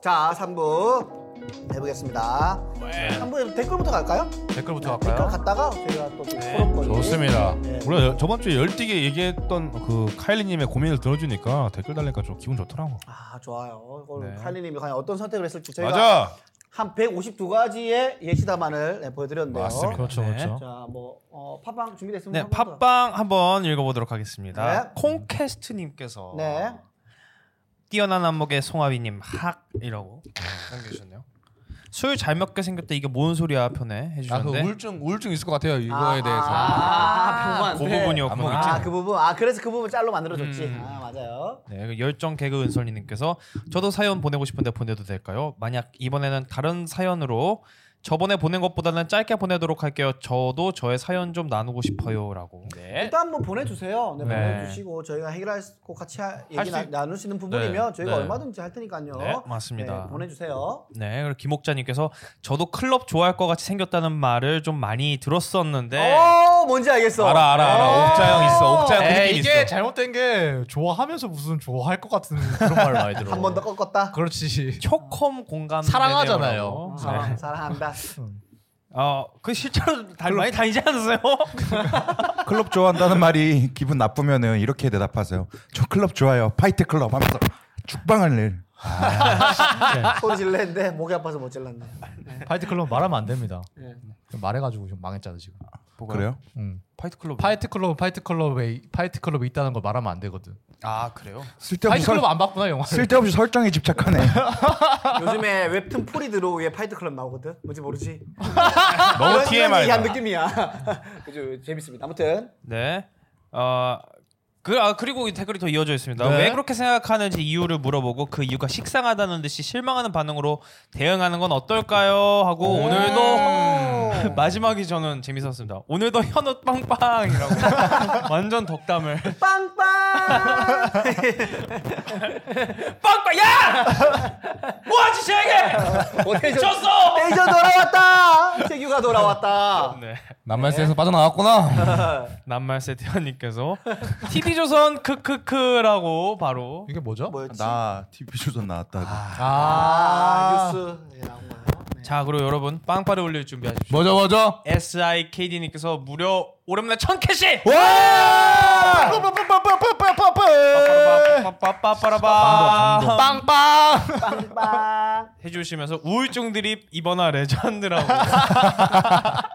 자, 3부 해보겠습니다. 3부 댓글부터 갈까요? 네. 댓글부터 댓글 갈까요? 갔다가 저희가 또 코로코이. 좋습니다. 네. 우리가 저번 주에 열띠게 얘기했던 그 카일리님의 고민을 들어주니까 댓글 달니까 좀 기분 좋더라고. 아, 좋아요. 오늘 네. 칼리님이 과연 어떤 선택을 했을지 저희가 맞아. 한 152가지의 예시담안을 네, 보여드렸네요. 맞습니다. 그렇죠, 네. 그렇죠. 자, 뭐 어, 팟빵 준비됐으면 네, 한번 더. 팟빵 한번 읽어보도록 하겠습니다. 네. 콩캐스트님께서 네. 뛰어난 안목의 송하비님 학 이라고 남겨주셨네요. 술 잘 먹게 생겼다 이게 뭔 소리야 편에 아그 네. 해주셨는데 우울증 우울증 있을 것 같아요 이거에 아, 대해서. 아, 그 부분한테. 부분이었구나. 아, 그 부분. 아, 그래서 그 부분 짤로 만들어줬지. 음. 아, 맞아요. 네, 그 열정 개그 은설님께서 저도 사연 보내고 싶은데 보내도 될까요? 만약 이번에는 다른 사연으로 저번에 보낸 것보다는 짧게 보내도록 할게요. 저도 저의 사연 좀 나누고 싶어요라고. 네. 일단 한번 보내주세요. 네, 네. 보내주시고 저희가 해결하고 같이 하- 얘기 수 나, 있- 나눌 수 있는 부분이면 네, 저희가 네. 얼마든지 할 테니까요. 네, 맞습니다. 네, 보내주세요. 네, 그리고 김옥자님께서 저도 클럽 좋아할 것 같이 생겼다는 말을 좀 많이 들었었는데 어, 뭔지 알겠어. 네. 네. 알아 알아 알아 옥자 형 있어 옥자 형그 에이, 느낌 이게 있어 잘못된 게 좋아하면서 무슨 좋아할 것 같은 그런 말 많이 들어. 한 번 더 꺾었다. 어, 그렇지. 초콤 공감 네. 사랑하잖아요. 사랑, 사랑한다. 어그 실제로 다, 많이 다니지 않으세요? 클럽 좋아한다는 말이 기분 나쁘면은 이렇게 대답하세요. 저 클럽 좋아요. 파이트 클럽 하면서 죽방을 낼. 아. 소리 질렀는데 목이 아파서 못 질렀네. 파이트 클럽 말하면 안 됩니다. 예. 말해가지고 좀 망했잖아 지금. 그래요? 응. 파이트 클럽. 파이트 클럽 파이트 클럽에 파이트 클럽이 있다는 걸 말하면 안 되거든. 아 그래요? 쓸데없이 파이트 설, 클럽 안 봤구나 영화. 쓸데없이 설정에 집착하네. 요즘에 웹툰 포리드로 위에 파이트 클럽 나오거든. 뭔지 모르지? 너무 TMI. 한 느낌이야. 그죠? 재밌습니다. 아무튼 네. 어, 그, 아, 그리고 이 댓글이 더 이어져 있습니다. 네. 왜 그렇게 생각하는지 이유를 물어보고 그 이유가 식상하다는 듯이 실망하는 반응으로 대응하는 건 어떨까요? 하고 오늘도 마지막이 저는 재밌었습니다. 오늘도 현우 빵빵이라고 완전 덕담을 빵빵. 빵빵 야! 뭐하지 쟤에게! 오태조 졌어! 오태조 돌아왔다. 태규가 돌아왔다. 네. 남만세에서 빠져나왔구나. 남말 세태현님께서 TV조선 크크크라고 바로 이게 뭐죠? 뭐였지? 나 TV 조선 나왔다고. 아, 아, 뉴스 예, 나온 거예요. 네. 자 그리고 여러분 빵빠를 올릴 준비하십시오. 뭐죠 뭐죠? SIKD님께서 무려 오랜만에 천 캐시! 와! 빠빠빠빠빠빠빠빠 빵빵. 빵빵. 해주시면서 우울증 드립 이번화 레전드라고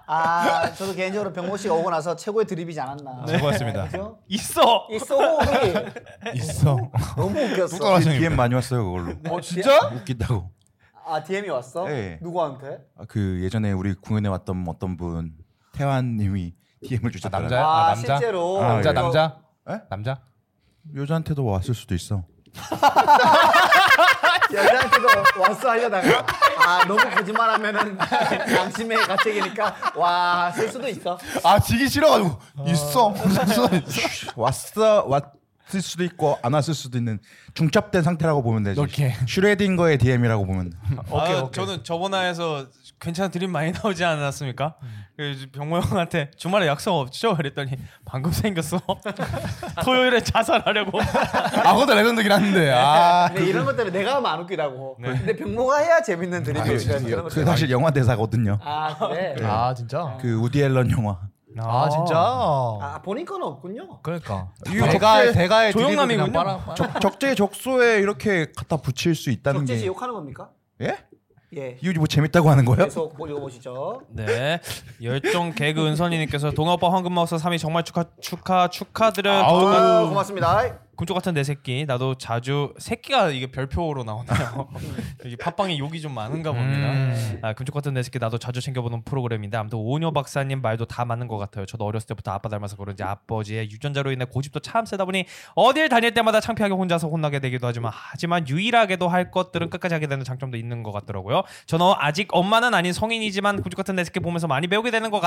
아, 저도 개인적으로 병모 씨가 오고 나서 최고의 드립이지 않았나. 수고하셨습니다. 그죠? 있어. 이 소고기 있어. 너무 웃겼어. 뚝딱하시- DM 그 많이 왔어요 그걸로. 어, 진짜? 웃기다고. 아, DM이 왔어? 예. 누구한테? 아, 그 예전에 우리 공연에 왔던 어떤 분 태환님이 DM을 주셨더라고. 남자야? 아, 아, 남자? 실제로. 네? 그 아, 남자 예. 남자. 에? 남자. 여자한테도 왔을 수도 있어. 여자한테도 왔어 하려다가 아, 너무 거짓말하면은 양심의 가책이니까 와, 쓸 수도 있어. 아 지기 싫어가지고 있어 아. 왔어 왔을 수도 있고 안 왔을 수도 있는 중첩된 상태라고 보면 되지 오케이. 슈레딩거의 DM이라고 보면 돼. 오케이, 아, 저는 저번화에서 괜찮은 드립 많이 나오지 않았습니까? 그 병모 형한테 주말에 약속 없죠? 그랬더니 방금 생겼어. 토요일에 자살하려고. 아 그것도 레전드긴 한데. 아. 근데 이런 것 때문에 내가 하면 안 웃기다고. 근데 병모가 해야 재밌는 드립이니까 아, 그런 것 그 때문에. 사실 영화 대사거든요 아, 그래. 아 진짜? 그 우디 앨런 영화 아 진짜? 아, 본인 거는 없군요. 그러니까. 이거 대가의 적재- 대가의 조용남이군요. 적, 적재적소에 이렇게 갖다 붙일 수 있다는 적재시 게 욕하는 겁니까? 예? 예. 이거 뭐 재밌다고 하는 거예요? 계속 뭐 읽어보시죠. 네. 열정 개그 은선이님께서 동아오빠 황금마우스 3위 정말 축하 축하 축하드려. 아유, 고맙습니다. 금쪽 같은 내 새끼 나도 자주 새끼가 이게 별표로 나오네요. 이게 팟빵에 욕이 좀 많은가 봅니다. 아, 금쪽 같은 내 새끼 나도 자주 챙겨보는 프로그램인데 아무튼 오은효 박사님 말도 다 맞는 것 같아요. 저도 어렸을 때부터 아빠 닮아서 그런지 아버지의 유전자로 인해 고집도 참 세다 보니 어딜 다닐 때마다 창피하게 혼자서 혼나게 되기도 하지만 하지만 유일하게도 할 것들은 끝까지 하게 되는 장점도 있는 것 같더라고요. 저는 아직 엄마는 아닌 성인이지만 금쪽 같은 내 새끼 보면서 많이 배우게 되는 것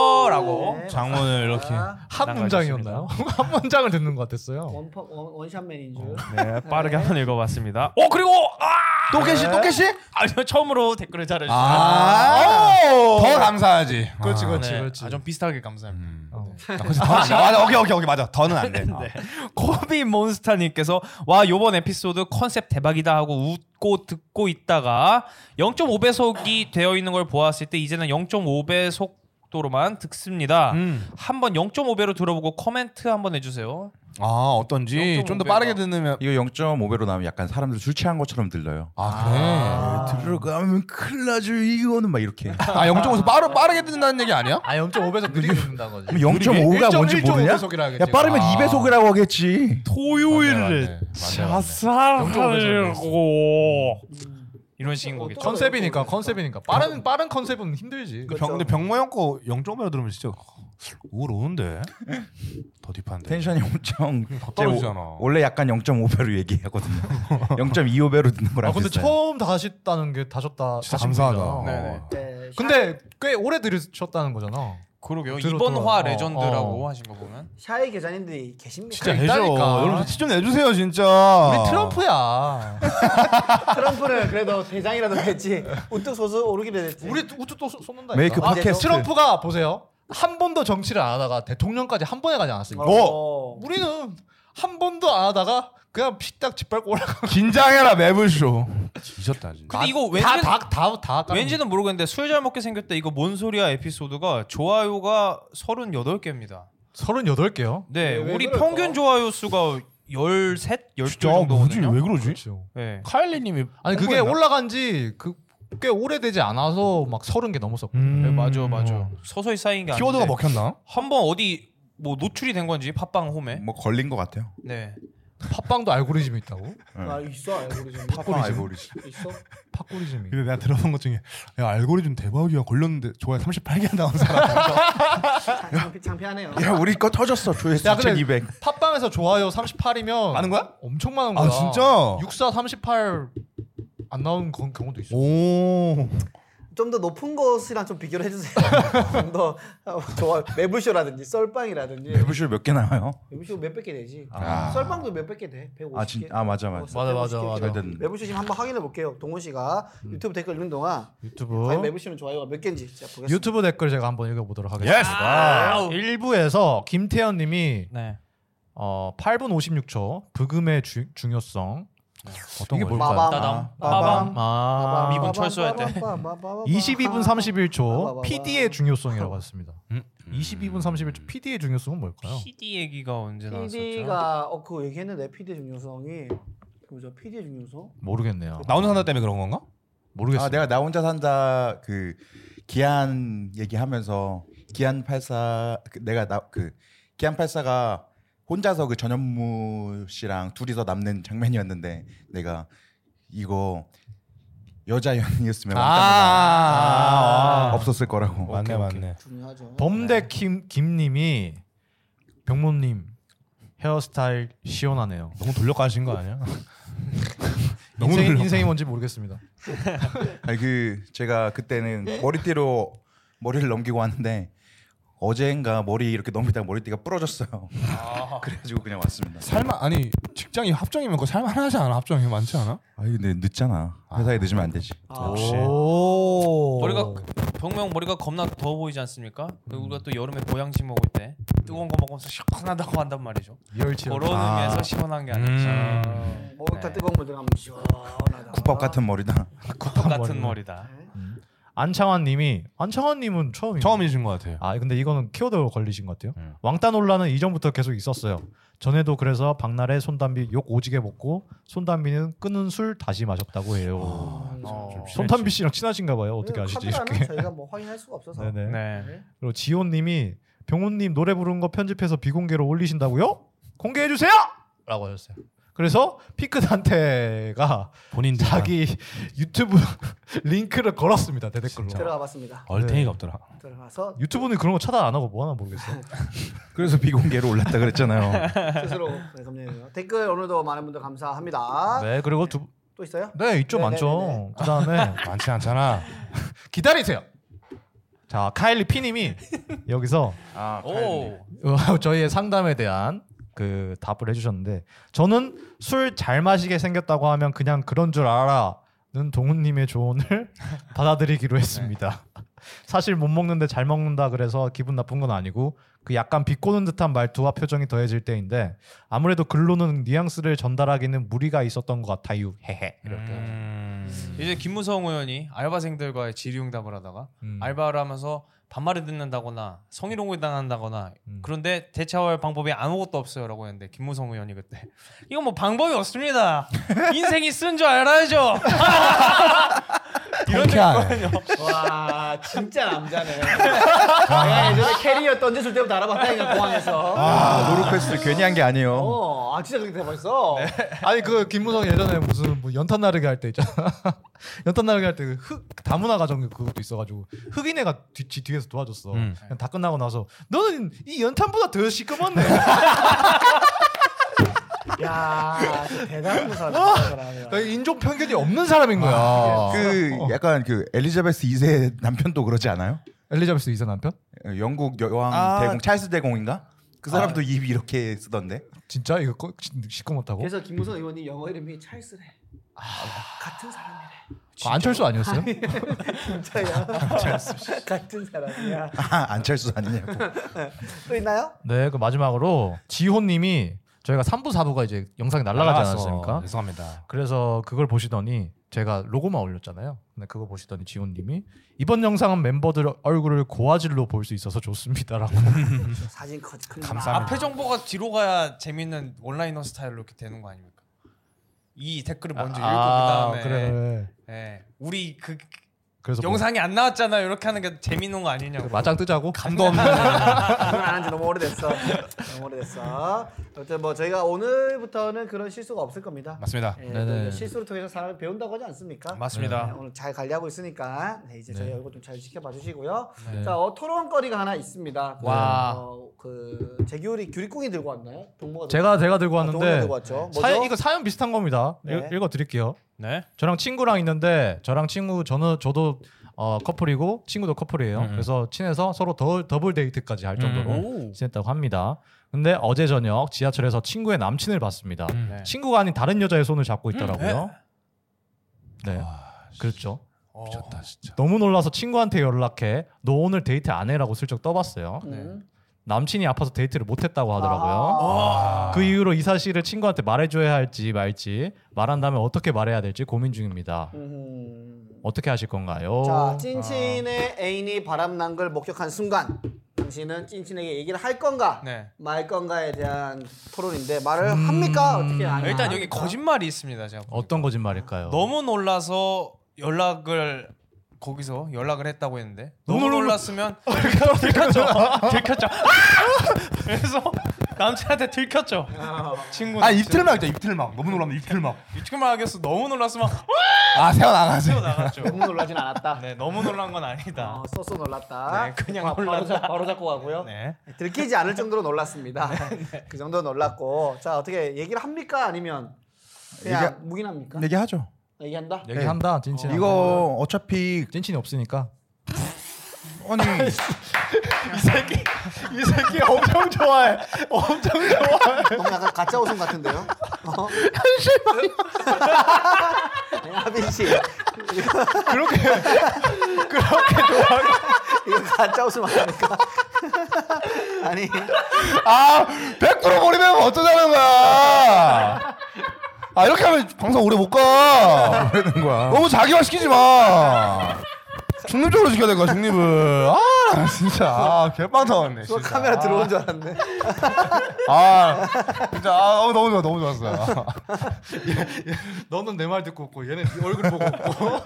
같아요라고. 네, 장문을 이렇게 아. 한 문장이었나요? 한 문장을 듣는 것 같았어요. 원파, 원, 원샷맨인 줄. 네, 빠르게 한번 읽어봤습니다. 오 그리고 아! 또 계시 또 계시? 아니요 처음으로 댓글을 달아주셨어요. 아. 더 감사하지. 그렇지 그렇지 네. 그렇지. 아, 좀 비슷하게 감사합니다. 어. 아, 그치, 더는 안 돼. 맞아, 오케이, 오케이, 오케이, 맞아. 더는 안 돼. 어. 네. 코비 몬스타님께서 와 요번 에피소드 컨셉 대박이다 하고 웃고 듣고 있다가 0.5배속이 되어 있는 걸 보았을 때 이제는 0.5배속 도로만 듣습니다. 음. 한번 0.5배로 들어보고 코멘트 한번 해주세요. 아, 어떤지 좀 더 0.5 빠르게 듣는. 이거 0.5배로 나오면 약간 사람들 술 취한 것처럼 들려요. 아, 들어가면 큰일 나죠 이거는 막 이렇게. 그러니까 그래. 아, 0.5에서 빠르, 빠르게 듣는다는 얘기 아니야? 아 0.5배속 느리게 듣는다는 거지. 0.5가 뭔지 1.1 모르냐? 속이라 하겠지, 야 빠르면 아. 이거. 2배속이라고 하겠지. 네. 토요일에 자살하려고 음. 이런 식인 거겠죠. 아. 어, 아. 컨셉이니까 컨셉이니까 빠른 빠른 컨셉은 힘들지. 그 병, 근데 병모 형거 0.5배로 들으면 진짜 우울 오는데 더 딥한데 텐션이 엄청 떨어지잖아. 제 원래 약간 0.5배로 얘기하거든요. 0.25배로 듣는 거랑 아 근데 비슷해요. 처음 다셨다는 게 다셨다. 진짜 다신 감사하다. 분이잖아. 네네. 네, 근데 꽤 오래 들으셨다는 거잖아. 그러게요. 들어, 이번화 들어. 레전드라고 어. 하신 거 보면 샤이 계장님들이 계십니까? 진짜 해줘. 있다니까. 여러분 티좀 내주세요, 진짜. 우리 트럼프야. 트럼프는 그래도 대장이라도 됐지 우뚝 솟아 오르기도 됐지. 우리 우주 또 쏟는다. 메이크 아, 팟캐스트. 트럼프가 보세요. 한 번도 정치를 안 하다가 대통령까지 한 번에 가지 않았습니까? 어. 뭐? 우리는 한 번도 안 하다가 그냥 피딱 짓밟고 올라가. 긴장해라, 매블쇼. 뒤졌다 진짜 근데 이거 왠지는 아, 다다다다 왠지는 모르겠는데 술 잘 먹게 생겼다 이거 뭔 소리야 에피소드가 좋아요가 38개입니다. 38개요. 네, 왜- 왜 우리 그럴까? 평균 좋아요 수가 13, 아, 12 뭐지? 그 정도거든요. 왜 그러지? 그렇죠. 네. 카일리님이 아니 그게 홍보했나? 올라간 지그꽤 오래되지 않아서 막 30개 음. 넘었었고. 음. 네, 맞아, 맞아. 서서히 쌓인 게 아니고 키워드가 먹혔나? 한번 어디 뭐 노출이 된 건지 팟빵 홈에. 뭐 걸린 것 같아요. 네. 팟빵도 알고리즘이 있다고? 아 있어 알고리즘. 팝빵 알고리즘. 있어. 팟고리즘이. 근데 내가 들어본 것 중에 야, 알고리즘 대박이야 걸렸는데 좋아요 38개 나온 사람 장피, 장피하네요. 야 우리 거 터졌어 조회수 야, 근데 2,200. 팟빵에서 좋아요 38이면 많은 거야? 엄청 많은 아 거야. 진짜? 64 38안 나오는 건- 경우도 있어. 오 좀 더 높은 것이랑 좀 비교를 해주세요. 좀더 좋아 매불쇼라든지 썰빵이라든지 배부쇼 몇개 나와요? 매불쇼 몇백 개 되지. 아. 썰빵도 몇백 개 돼. 150개. 아 진, 아 맞아 맞아. 맞아, 맞아, 맞아. 잘 됐는데. 매불쇼 지금 한번 확인해 볼게요. 동호 씨가 유튜브 댓글 읽는 동안 유튜브 과연 매불쇼는 좋아요가 몇 개인지 제가 보겠습니다. 어? 유튜브 댓글 제가 한번 읽어 보도록 하겠습니다. 일부에서 김태현 님이 네. 어 8분 56초 브금의 주, 중요성 어떤 네. 이게 거지? 빠밤. 따담. 빠밤. 빠밤. 아 미분 철수할 때. 22분 31초 아, PD의 중요성이라고 했습니다. 음, 22분 31초 PD의 중요성은 뭘까요? PD 얘기가 언제 나왔었죠? PD가 어 그거 얘기했는데 PD의 중요성이 그 뭐죠? PD의 중요성? 모르겠네요. 나 혼자 산다 때문에 그런 건가? 모르겠어요. 아 내가 나 혼자 산다 그 기한 얘기하면서 기한 84 그, 내가 나 그 기한 84가 혼자서 그 전현무 씨랑 둘이서 남는 장면이었는데 내가 이거 여자 연이었으면 아, 왕따가 없었을 거라고. 맞네 맞네 중요하죠. 네. 범대 김 김님이 병모님 헤어스타일 시원하네요. 너무 돌려가신 거 아니야? 너무 인생, 놀랍다. 인생이 뭔지 모르겠습니다. 아니 그 제가 그때는 머리띠로 머리를 넘기고 왔는데 어제인가 머리 이렇게 넘기다가 머리띠가 부러졌어요. 그래가지고 그냥 왔습니다. 살만 아니 직장이 합정이면 그거 살만하지 않아? 합정이 많지 않아? 아 근데 늦잖아. 회사에 늦으면 안 되지. 아, 오~ 머리가 병명 머리가 겁나 더워 보이지 않습니까? 그리고 우리가 또 여름에 보양식 먹을 때 뜨거운 거 먹으면서 시원하다고 한단 말이죠. 열치 그런 아. 의미에서 시원한 게 아니죠. 목욕탕 뜨거운 물 들어가면 시원하다. 네. 국밥 같은 머리다. 국밥 같은 머리다. 안창환님이 안창환님은 처음이 처음이신 것 같아요 아 근데 이거는 키워드로 걸리신 것 같아요. 왕따 논란은 이전부터 계속 있었어요. 전에도 그래서 박나래 손담비 욕 오지게 먹고 손담비는 끊은 술 다시 마셨다고 해요. 어. 손담비 씨랑 친하신가 봐요. 아, 어, 어떻게 아시지? 네. 카메라는 이렇게. 저희가 뭐 확인할 수가 없어서. 네네. 네. 그리고 지호님이 병훈님 노래 부른 거 편집해서 비공개로 올리신다고요? 공개해 주세요! 라고 하셨어요. 그래서 피크단테가 본인 자기 유튜브 링크를 걸었습니다 대댓글로. 들어가 봤습니다. 얼탱이가 없더라 들어가서 유튜브는 그런 거 차단 안 하고 뭐 하나 모르겠어요. 그래서 비공개로 올랐다 그랬잖아요. 스스로 네, 검증해요. 댓글 오늘도 많은 분들 감사합니다. 네 그리고 두 또 있어요? 네, 있죠 네, 많죠. 그다음에 많지 않잖아 기다리세요. 자 카일리 피님이 여기서 아, 오. 어, 저희의 상담에 대한 그 답을 해주셨는데 저는 술 잘 마시게 생겼다고 하면 그냥 그런 줄 알아는 동훈님의 조언을 네. 받아들이기로 했습니다. 사실 못 먹는데 잘 먹는다 그래서 기분 나쁜 건 아니고 그 약간 비꼬는 듯한 말투와 표정이 더해질 때인데 아무래도 글로는 뉘앙스를 전달하기는 무리가 있었던 것 같아요. 헤헤. 이렇게. 이제 김무성 의원이 알바생들과의 질의응답을 하다가 음. 알바를 하면서 반말을 듣는다거나 성희롱을 당한다거나 음. 그런데 대처할 방법이 아무것도 없어요라고 했는데 김무성 의원이 그때 이건 뭐 방법이 없습니다 인생이 쓴 줄 알아야죠 이런 거든요 와 진짜 남자네. 아, 내가 예전에 캐리어 던져줄 때부터 알아봤다니까 공항에서. 아, 노루패스 괜히 한 게 아니에요. 어, 아 진짜 그렇게 돼버렸어. 아니 그 김무성 예전에 무슨 뭐 연탄 나르기 할 때 있잖아. 연탄 나르기 할 때 흑 다문화 가정 그것도 있어가지고 흑인애가 뒤, 지 뒤에서 도와줬어. 음. 그냥 다 끝나고 나서 너는 이 연탄보다 더 시끄먼네. 야, 진짜 대단한 사람이야. 나 인종 편견이 없는 사람인 거야. 그 약간 그 엘리자베스 2세 남편도 그러지 않아요? 엘리자베스 이사 남편? 영국 여왕 아. 대공 찰스 대공인가? 그 아. 사람도 입 이렇게 쓰던데. 진짜 이거 꺼- 시- 시끄럽다고? 그래서 김무성 의원님 영어 이름이 찰스래. 같은 사람이래. 아, 안철수 아니었어요? 진짜야. 같은 사람이야. 아, 안철수 아니냐고. 또 있나요? 네, 그 마지막으로 지호님이 저희가 3부 4부가 이제 영상이 날라가지 않았습니까? 아, 죄송합니다. 그래서 그걸 보시더니 제가 로고만 올렸잖아요. 근데 그거 보시더니 지호님이 이번 영상은 멤버들 얼굴을 고화질로 볼 수 있어서 좋습니다라고. 음. 사진 커지 큰 감사합니다. 앞에 정보가 뒤로 가야 재밌는 온라인어 스타일로 이렇게 되는 거 아닙니까 이 댓글을 먼저 읽고 그 다음에 아, 그래. 예, 우리 그 그래서 뭐- 영상이 안 나왔잖아요 이렇게 하는 게 재밌는 거 아니냐고 마장 뜨자고. 감도 없는 아, 그건 안 한지 너무 오래됐어. 너무 오래됐어. 아무튼 뭐 저희가 오늘부터는 그런 실수가 없을 겁니다. 맞습니다. 예, 네네. 또 이제 실수를 통해서 사람을 배운다고 하지 않습니까? 맞습니다. 네, 오늘 잘 관리하고 있으니까 네, 이제 저희 네. 얼굴 좀 잘 지켜봐 주시고요. 네. 자 어, 토론거리가 하나 있습니다. 와. 어, 그 재규리 규리꿍이 들고 왔나요? 동모가 제가 제가 들고 들고- 아, 동모가 왔는데 들고 왔죠. 뭐죠? 사연 이거 사연 비슷한 겁니다. 네. 읽, 읽어드릴게요. 네 저랑 친구랑 있는데 저랑 친구 저는 저도 어, 커플이고 친구도 커플이에요. 음. 그래서 친해서 서로 더, 더블 데이트까지 음, 할그 정도로 오. 친했다고 합니다. 근데 어제 저녁 지하철에서 친구의 남친을 봤습니다. 네. 친구가 아닌 다른 여자의 손을 잡고 있더라고요. 네. 그렇죠. 미쳤다 진짜. 너무 놀라서 친구한테 연락해 너 오늘 데이트 안 해라고 슬쩍 떠봤어요. 네. 음. 아. 남친이 아파서 데이트를 못했다고 네, 하더라고요. 아. 와. 아, 그 이후로 이 사실을 친구한테 말해줘야 할지 말지 말한다면 어떻게 말해야 될지 고민 중입니다. 음. 어떻게 하실 건가요? 자 찐친의 애인이 바람난 걸 목격한 순간 당신은 찐친에게 얘기를 할 건가 네. 말 건가에 대한 토론인데 말을 합니까 어떻게 안 합니까? 음. 일단 여기 거짓말이 있습니다 제가 보니까. 어떤 거짓말일까요? 너무 놀라서 연락을 거기서 연락을 했다고 했는데 너무, 너무 놀라- 놀랐으면 들켰죠 들켰죠 아! 그래서 남친한테 들켰죠 어, 친구 아 입틀막 있다 입틀막 너무 놀라면 입틀막 유튜브 말하겠어 너무 놀랐으면 아 새어 나가지 뛰어 나갔죠 너무 놀라진 않았다. 네 너무 놀란 건 아니다 어, 소소 놀랐다. 네, 그냥 바- 바로 놀랐다. 잡- 바로 잡고 가고요. 네 들키지 않을 정도로 놀랐습니다. 그 정도 놀랐고 자 어떻게 얘기를 합니까 아니면 그냥 얘기- 묵인합니까? 얘기하죠. 얘기한다. 얘기한다 찐친. 이거 어차피 찐친이 없으니까. 아니 이 새끼 엄청 좋아해 엄청 좋아 너무 약간 가짜 웃음 같은데요? 어? 네, 현실만. 하빈 씨 그렇게 그렇게 좋아해 이거 가짜 웃음 아닙니까? 아니 아100% 버리면 어쩌자는 거야 아 이렇게 하면 방송 오래 못가 그러는 거야. 너무 자기화 시키지 마 중립적으로 지켜야 될 거야 중립을 아 진짜 아 개빵 터졌네 그 진짜 카메라 들어온 줄 알았네. 아 진짜 아 어, 너무 좋아 너무 좋았어요 너는 내 말 듣고 웃고 얘는 네 얼굴 보고 웃고.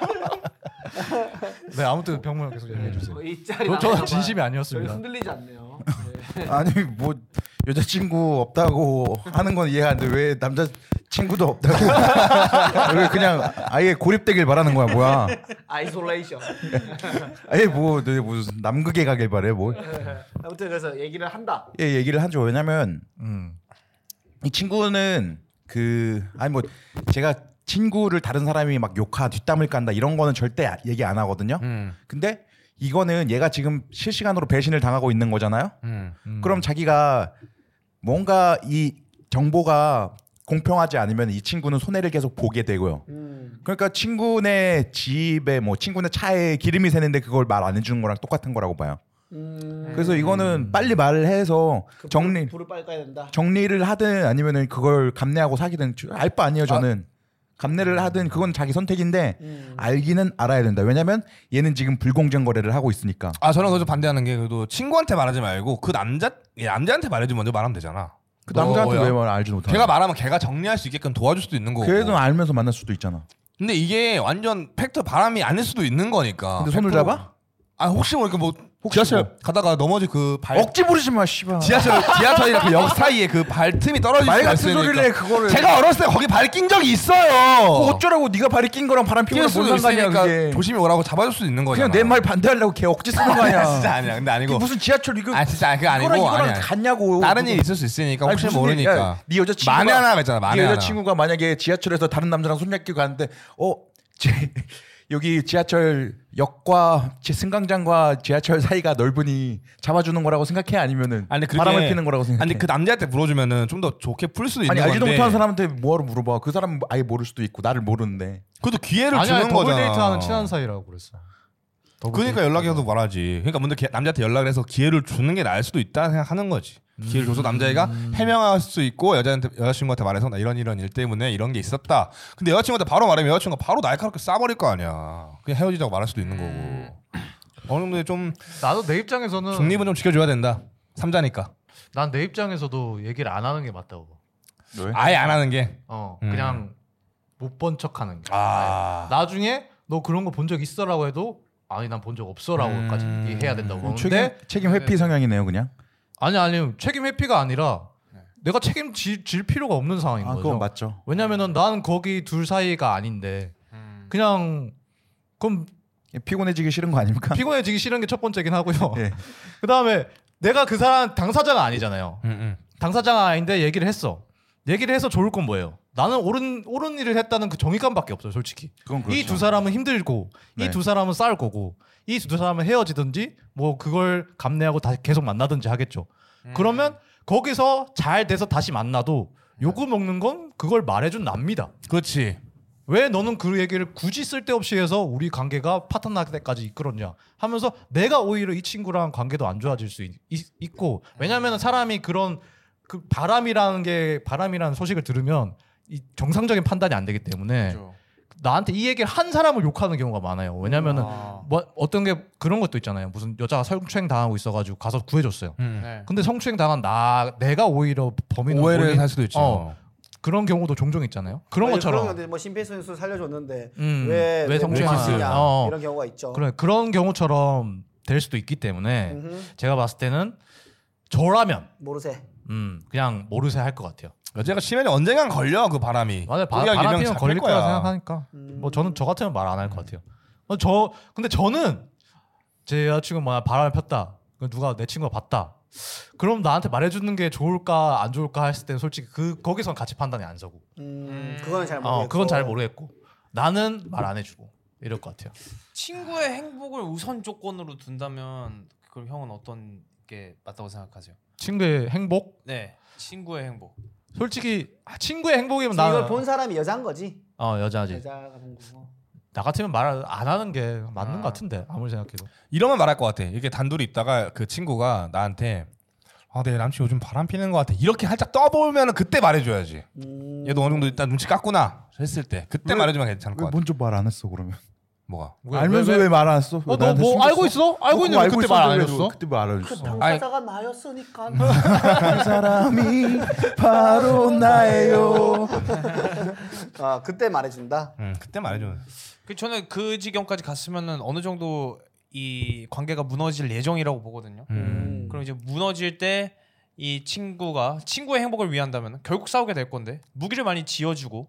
네 아무튼 병문 계속 얘기해 주세요. 뭐 이 자리. 저- 저는 나가서 진심이 봐. 아니었습니다. 저희 흔들리지 않네요. 네. 아니 뭐 여자친구 없다고 하는 건 이해가 안 돼. 왜 남자 친구도 없다고? 왜 그냥 아예 고립되길 바라는 거야 뭐야? 아이솔레이션. 아예 뭐 너희 무슨 남극에 가길 바래 뭐? 네. 아무튼 그래서 얘기를 한다. 예 얘기를 하죠. 왜냐면 음. 이 친구는 그 아니 뭐 제가 친구를 다른 사람이 막 욕하 뒷담을 깐다 이런 거는 절대 아- 얘기 안 하거든요. 음. 근데 이거는 얘가 지금 실시간으로 배신을 당하고 있는 거잖아요. 음. 그럼 자기가 뭔가 이 정보가 공평하지 않으면 이 친구는 손해를 계속 보게 되고요. 음. 그러니까 친구네 집에 뭐 친구네 차에 기름이 새는데 그걸 말 안 해주는 거랑 똑같은 거라고 봐요. 음, 그래서 이거는 빨리 말을 해서 그 불- 정리 불을 빨리 까야 된다. 정리를 하든 아니면은 그걸 감내하고 사귀든 알 바 아니에요 저는 감내를 음. 하든 그건 자기 선택인데 음. 알기는 알아야 된다 왜냐면 얘는 지금 불공정 거래를 하고 있으니까 아 저는 그래서 반대하는 게 그래도 친구한테 말하지 말고 그 남자 예, 남자한테 말해주면 먼저 말하면 되잖아. 그 너, 어, 남자한테 야, 왜 말을 알지 못하는 걔가 말하면 걔가 정리할 수 있게끔 도와줄 수도 있는 거고. 걔도 알면서 만날 수도 있잖아 근데 이게 완전 팩트 바람이 아닐 수도 있는 거니까. 근데 손을 100% 잡아? 아 혹시 모르니까 뭐 혹시 지하철 뭐. 가다가 넘어질 그발 억지 부리지 마 씨발 지하철 지하철이랑 그 역 사이에 그 발틈이 떨어질 말 수가 같은 소리를 해 있으니까. 그거를 제가 어렸을 때 거기 발 낀 적이 어. 있어요. 쩌라고 네가 발이 낀 거랑 바람 피우는 낄 거랑 수도 뭔 상관이야 있으니까 그게 조심히 오라고 잡아줄 수도 있는 거잖아. 그냥 내 말 반대하려고 걔 억지 쓰는 거 아니야 진짜 아니야. 근데 아니고. 무슨 지하철 이거 아 진짜 그거 아니고 이거랑 이거랑 아니야. 같냐고 다른 그거. 일 있을 수 있으니까 아니, 그러니까 혹시 무슨 모르니까. 일이야. 네 여자친구가 만에 하나 맺잖아, 만에 네 하나. 여자친구가 만약에 지하철에서 다른 남자랑 손잡고 가는데 어 제, 여기 지하철 역과 제 승강장과 지하철 사이가 넓으니 잡아주는 거라고 생각해 아니면은 아니 근데 바람을 피는 거라고 생각해. 아니 그 남자한테 물어주면은 좀 더 좋게 풀 수도 있는 아니 알지도 건데. 못하는 사람한테 뭐하러 물어봐. 그 사람 은 아예 모를 수도 있고 나를 모르는데. 그래도 기회를 아니야 주는 더블 거잖아. 데이트하는 친한 사이라고 그랬어. 더블 그러니까 데이트. 연락해서 말하지. 그러니까 먼저 기- 남자한테 연락을 해서 기회를 주는 게 나을 수도 있다 생각하는 거지. 기회를 줘서 남자애가 음. 해명할 수 있고 여자한테 여자친구한테 말해서 나 이런 이런 일 때문에 이런 게 있었다. 근데 여자친구한테 바로 말하면 여자친구가 바로 날카롭게 싸버릴 거 아니야. 그냥 헤어지자고 말할 수도 있는 음. 거고. 어느 정도 좀 나도 내 입장에서는 중립은 좀 지켜줘야 된다. 삼자니까 난 내 입장에서도 얘기를 안 하는 게 맞다고. 봐. 아예 안 하는 게. 어 음. 그냥 못 본 척하는 게. 아. 나중에 너 그런 거 본 적 있어라고 해도 아니 난 본 적 없어라고까지 음. 얘기해야 된다고 보는데 책임 책임 회피 성향이네요 그냥. 아니 아니 책임 회피가 아니라 내가 책임질 질 필요가 없는 상황인 아 거죠. 그건 맞죠. 왜냐면은 난 거기 둘 사이가 아닌데 그냥 그럼 피곤해지기 싫은 거 아닙니까? 피곤해지기 싫은 게 첫 번째긴 하고요. 예. 그 다음에 내가 그 사람 당사자가 아니잖아요. 음, 당사자가 아닌데 얘기를 했어. 얘기를 해서 좋을 건 뭐예요? 나는 옳은 옳은 일을 했다는 그 정의감밖에 없어요, 솔직히. 그건 그렇죠. 이 두 사람은 힘들고 네. 이 두 사람은 싸울 거고 이 두 사람은 헤어지든지 뭐 그걸 감내하고 다시 계속 만나든지 하겠죠. 음. 그러면 거기서 잘 돼서 다시 만나도 욕을 먹는 건 그걸 말해준 납니다. 그렇지. 왜 너는 그 얘기를 굳이 쓸데없이 해서 우리 관계가 파탄 날 때까지 이끌었냐 하면서 내가 오히려 이 친구랑 관계도 안 좋아질 수 있, 있, 고 음. 왜냐하면 사람이 그런 그 바람이라는 게 바람이라는 소식을 들으면 이 정상적인 판단이 안 되기 때문에 나한테 이 얘기를 한 사람을 욕하는 경우가 많아요 음, 왜냐하면은 뭐 어떤 게 그런 것도 있잖아요 무슨 여자가 성추행 당하고 있어가지고 가서 구해줬어요 음. 네. 근데 성추행 당한 나 내가 오히려 범인으로 오해를 몰린 할 수도 뭐. 있죠. 어. 그런 경우도 종종 있잖아요 그런 아니, 것처럼 그런 건데 뭐 심폐소생술 살려줬는데 음, 왜, 왜 성추행을 냐 하냐. 어. 이런 경우가 있죠. 그래 그런 경우처럼 될 수도 있기 때문에 음흠. 제가 봤을 때는 저라면 모르세. 음, 그냥 모르쇠 할 것 같아요. 여자가 심해면 언젠간 걸려 그 바람이. 만약 바, 꼬리가 바람 길면 피면 잡힐 걸릴 거라 거야. 생각하니까 음. 뭐 저는 저 같으면 말 안 할 것 같아요. 어, 저 근데 저는 제 여자친구 만약 바람을 폈다 그 누가 내 친구가 봤다 그럼 나한테 말해주는 게 좋을까 안 좋을까 했을 때 솔직히 그 거기선 같이 판단이 안 서고 음, 그거는 잘 모르겠고. 어, 그건 잘 모르겠고 나는 말 안 해주고 이럴 것 같아요. 친구의 행복을 우선 조건으로 둔다면 그럼 형은 어떤 게 맞다고 생각하세요? 친구의 행복 네, 친구의 행복. 솔직히 아, 친구의 행복이면 지금 나 이걸 본 사람이 여자인 거지. 어 여자지 여자가 본 거고. 나 같으면 말 안 하는 게 맞는 아. 것 같은데 아무리 생각해도 이러면 말할 것 같아. 이렇게 단둘이 있다가 그 친구가 나한테 아, 내 남친 요즘 바람 피는 것 같아. 이렇게 살짝 떠보면 그때 말해줘야지. 음, 얘도 어느 정도 일단 눈치 깠구나 했을 때 그때 왜? 말해주면 괜찮을 것 왜 같아. 먼저 말 안 했어 그러면? 뭐가? 알면서 왜 말 안 했어? 왜 나한테 어너뭐 숨겼어? 알고 있어? 알고 어, 있는데 알고 그때 말 안 있었는데 왜 해줬어? 그때 말해줬어. 당사자가 나였으니까. 그 사람이 바로 나예요. 아 그때 말해준다. 응, 음, 그때 음. 말해줘야 돼. 그 저는 그 지경까지 갔으면은 어느 정도 이 관계가 무너질 예정이라고 보거든요. 음. 그럼 이제 무너질 때 이 친구가 친구의 행복을 위한다면 결국 싸우게 될 건데 무기를 많이 지어주고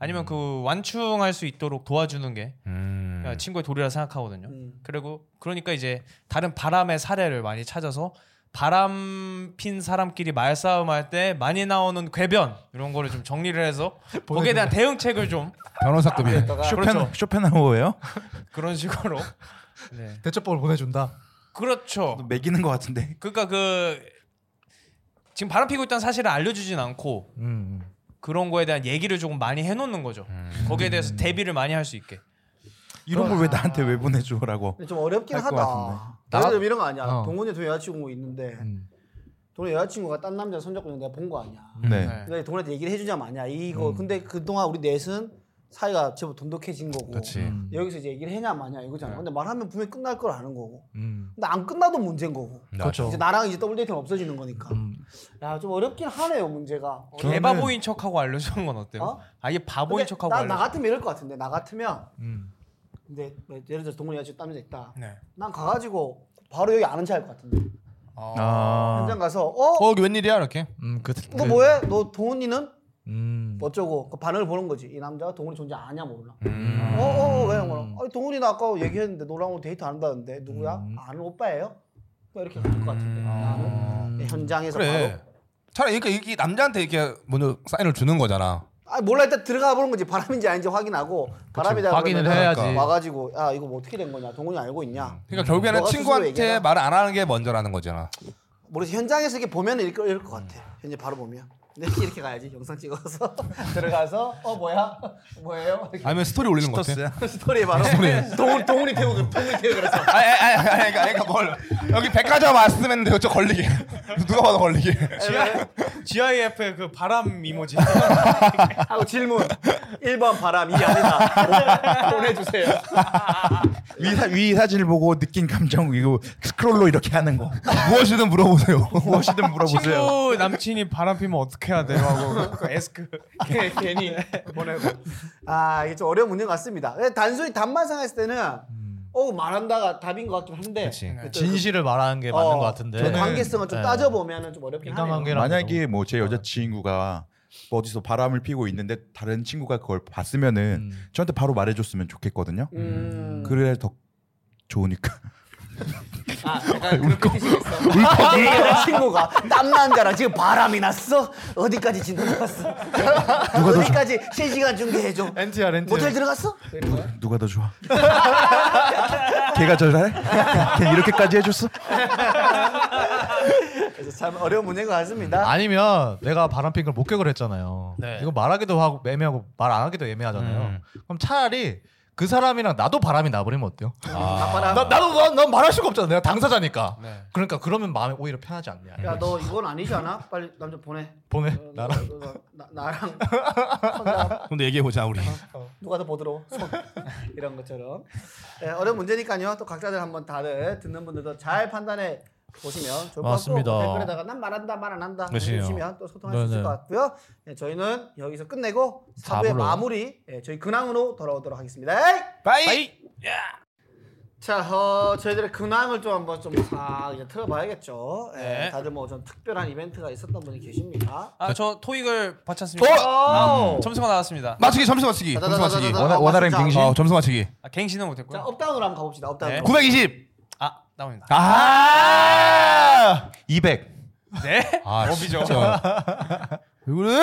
아니면 그 완충할 수 있도록 도와주는 게 음. 그러니까 친구의 도리라 생각하거든요. 음. 그리고 그러니까 이제 다른 바람의 사례를 많이 찾아서 바람 핀 사람끼리 말싸움 할 때 많이 나오는 궤변 이런 거를 좀 정리를 해서 거기에 대한 대응책을 좀 변호사급이네. 쇼펜 그렇죠. 쇼펜하우어예요? 그런 식으로 네. 대처법을 보내준다. 그렇죠. 매기는 것 같은데. 그러니까 그 지금 바람 피고 있다는 사실을 알려주진 않고 음. 음. 그런 거에 대한 얘기를 조금 많이 해놓는 거죠. 거기에 대해서 대비를 많이 할 수 있게. 이런 걸 왜 나한테 왜 보내줘라고. 근데 좀 어렵긴 할것 하다. 같은데. 예를 들면 이런 거 아니야. 어. 동훈이 도 여자친구 있는데 음. 동훈이 여자친구가 딴 남자 손잡고 있는 거 내가 본 거 아니야. 네. 네. 근데 동훈이한테 얘기를 해주자면 아니야. 이거 근데 그동안 우리 넷은 사이가 제법 돈독해진 거고 그렇지. 음. 여기서 이제 얘기를 해냐 마냐 이거잖아. 근데 말하면 분명히 끝날 걸 아는 거고. 음. 근데 안 끝나도 문제인 거고. 그렇죠. 이제 나랑 이제 더블 데이트는 없어지는 거니까. 음. 야 좀 어렵긴 하네요 문제가. 저는- 에바보인 척하고 알려주는 건 어때요? 어? 아예 바보인 근데 척하고 나, 나 알려줘. 같으면 이럴 것 같은데 나 같으면 음. 근데 뭐 예를 들어서 동훈이 여자친구 딴 남자 있다. 네. 난 가가지고 바로 여기 아는 체할것 같은데. 아. 현장 가서 어? 어, 여기 웬일이야 이렇게. 음. 그, 너 뭐해? 너 동훈이는 음. 어쩌고 그 반응을 보는 거지. 이 남자가 동훈이 존재 아냐 몰라. 어어어 왜 몰라? 아니 동훈이 나 아까 얘기했는데 너랑 오늘 데이트 안 한다는데 누구야? 음. 아는 오빠예요? 뭐 이렇게 갈 것 같은데 나는 현장에서 그래. 차라리 그러니까 이게 남자한테 이렇게 먼저 사인을 주는 거잖아. 바로 아 몰라 일단 들어가 보는 거지 바람인지 아닌지 확인하고 바람이다 확인을 그러면은 해야지. 와가지고 야 이거 뭐 어떻게 된 거냐 동훈이 알고 있냐 그러니까 결국에는 음. 너가 스스로 얘기해라. 친구한테 말을 안 하는 게 먼저라는 거잖아. 모르겠어 현장에서 이렇게 보면 이럴, 이럴 것 같아 현재 바로 보면 근데 이렇게 가야지 영상 찍어서 들어가서 어 뭐야 뭐예요 이렇게 아니면 스토리 올리는 거 같아. 스토리에 바로 동훈 동훈이 태우고 동훈이 태우고 그래서 아니 아니 아니 아니 그러니까 뭘 여기 백화점 왔으면 돼요. 저 걸리게. 누가 봐도 걸리게. GIF의 그 바람 이모지. 아, 하고 질문 1번 바람 이 아니다 보내주세요 위, 사, 위 사진을 보고 느낀 감정 이거 스크롤로 이렇게 하는 거. 무엇이든 물어보세요. 무엇이든 물어보세요. 친구 남친이 바람 피면 어떻게 해야 돼요? 하고 그 에스크 네, 괜히 보내고. 아 이게 좀 어려운 문제 같습니다 근데 단순히 답만 생각했을 때는 음. 어 말한다가 답인 것 같긴 한데 네. 그때 진실을 말하는 게 그- 맞는 어, 것 같은데. 좀 관계성을 좀 네. 따져보면 좀 어렵긴 하네요 인간관계랑 만약에 뭐 제 여자친구가 뭐 어디서 바람을 피고 있는데 다른 친구가 그걸 봤으면은 음. 저한테 바로 말해줬으면 좋겠거든요. 음. 그래야 더 좋으니까. 아, 약간 그런 패티시 있어. 내 여자친구가 땀난 자랑 지금 바람이 났어? 어디까지 진도갔어? 어디까지 실시간 중계해줘? NTR NTR. 모텔 들어갔어? 누가 더 좋아? 걔가 잘해? 걔 이렇게까지 해줬어? 그래서 참 어려운 문제인 것 같습니다. 아니면 내가 바람핀 걸 목격을 했잖아요. 네. 이거 말하기도 하고 애매하고 말 안 하기도 애매하잖아요. 그럼 차라리 그 사람이랑 나도 바람이 나버리면 어때요? 아, 바람. 나, 나도 난, 난 말할 수가 없잖아. 내가 당사자니까. 그러니까 그러면 마음이 오히려 편하지 않냐. 야 너 이건 아니지 않아? 빨리 남자 보내. 보내. 어, 너, 나랑 너, 너, 나, 나랑 근데 얘기해 보자 우리. 누가 더 보드러워 손. 이런 것처럼 어. 네, 어려운 문제니까요 또 각자들 한번 다들 듣는 분들도 잘 판단해 보시면 좋을 것 맞습니다. 같고 댓글에다가 난 말한다 말 안 한다 그러시네요. 해주시면 또 소통할 수 있을 네네. 것 같고요 네, 저희는 여기서 끝내고 사부의 사부로. 마무리 예, 저희 근황으로 돌아오도록 하겠습니다 에이! 빠이. 자, 어, 저희들의 근황을 좀 한번 좀싹 이제 틀어봐야겠죠. 예, 네. 다들 뭐 좀 특별한 이벤트가 있었던 분이 계십니다. 어! 아저 토익을 어! 받쳤습니다. 어? 음, 오! 점수가 나왔습니다. 맞추기 점수 맞추기. 점수 맞추기. 다다다다다다다. 원하- 원활한 맞습니다. 갱신? 어, 점수 맞추기. 아, 갱신은 자, 못했고요. 업다운으로 한번 가봅시다. 업다운으로. 네. 920. 아 나옵니다. 아! 200. 네. 아, 진짜. 왜 그래?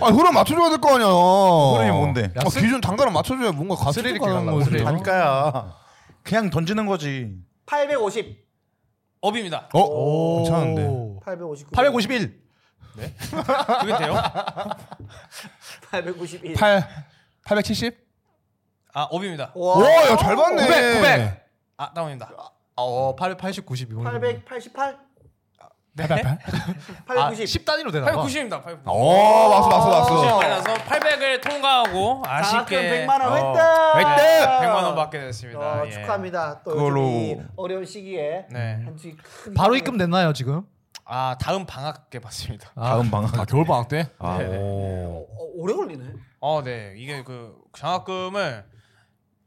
아, 흐름 맞춰줘야 될 거 아니야. 흐름이 뭔데? 아, 기준 단가를 맞춰줘야 뭔가 가치를 스릴 있게 가는 가려고, 거지. 네. 스릴. 단가야. 그냥 던지는 거지. 850. 업입니다. 어, 괜찮은데. 859. 851. 그게 돼요? 851. 8 870? 아 업입니다. 와, 와, 야, 잘 봤네. 900, 900. 아 나옵니다. 어, 8 80 90 이거. 888? 네. 890. 10 아, 단위로 되나 봐. 890입니다. 890. 오, 맞어, 맞어, 맞어. 90이 많아서 800을 통과하고 아쉽게 100만 원 획득. 네. 획득! 100만 원 받게 됐습니다. 어, 예. 축하합니다. 또 그걸로- 요즘 이 어려운 시기에 네. 한주 큰 바로 돈을- 입금 됐나요, 지금? 아 다음 방학 때 받습니다. 다음 방학. 아, 겨울 방학 때? 아, 어, 오래 걸리네. 어, 네. 이게 그 장학금을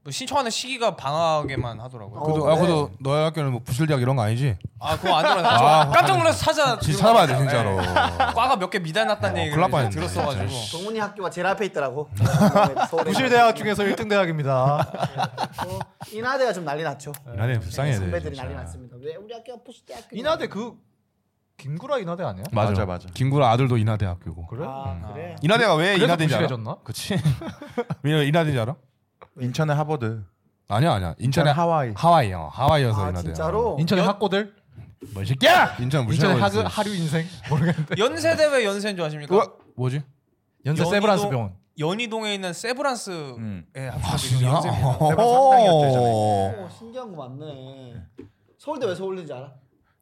뭐 신청하는 시기가 방학에만 하더라고요. 어. 그래도, 아, 그래도 너의 학교는 뭐 부실대학 이런 거 아니지? 아, 그거 안 들었나? 저 깜짝 놀라서 찾아. 진짜 찾아봐야 돼, 들어가니까. 진짜로. 네. 과가 몇 개 미달났다는 얘기를 어, 큰일 날 뻔했네, 들었어가지고. 동훈이 학교가 제일 앞에 있더라고. 부실 대학 중에서 1등 대학입니다. 어, 인하대가 좀 난리 났죠. 나네, 불쌍해. 선배들이 난리 났습니다. 왜 우리 학교가 부실대학교? 인하대 그 김구라 인하대 아니야? 맞아, 맞아, 맞아. 맞아. 김구라 아들도 인하대학교고. 그래? 네, 아 그래. 인하대가 왜 그래서 인하대인지 알아? 부실해졌나? 그치. 왜 인하대인지 알아? 인천의 하버드. 아니야, 아니야. 인천의 인천 하와이. 하와이, 어. 하와이여서 어. 아 인하대. 진짜로. 인천의 학고들? 뭐, 이 새끼야! 인천 인천의 무시하고 하그, 있어. 하류 인생? 모르겠는데. 연세대 왜 연세인 줄 아십니까? 우와, 뭐지? 연세 연희동- 세브란스 병원. 연희동에 있는 세브란스의 음. 예, 합숙이 아, 진짜? 연세입니다. 아. 어. 오, 신기한 거 많네. 서울대 왜 서울대인지 알아?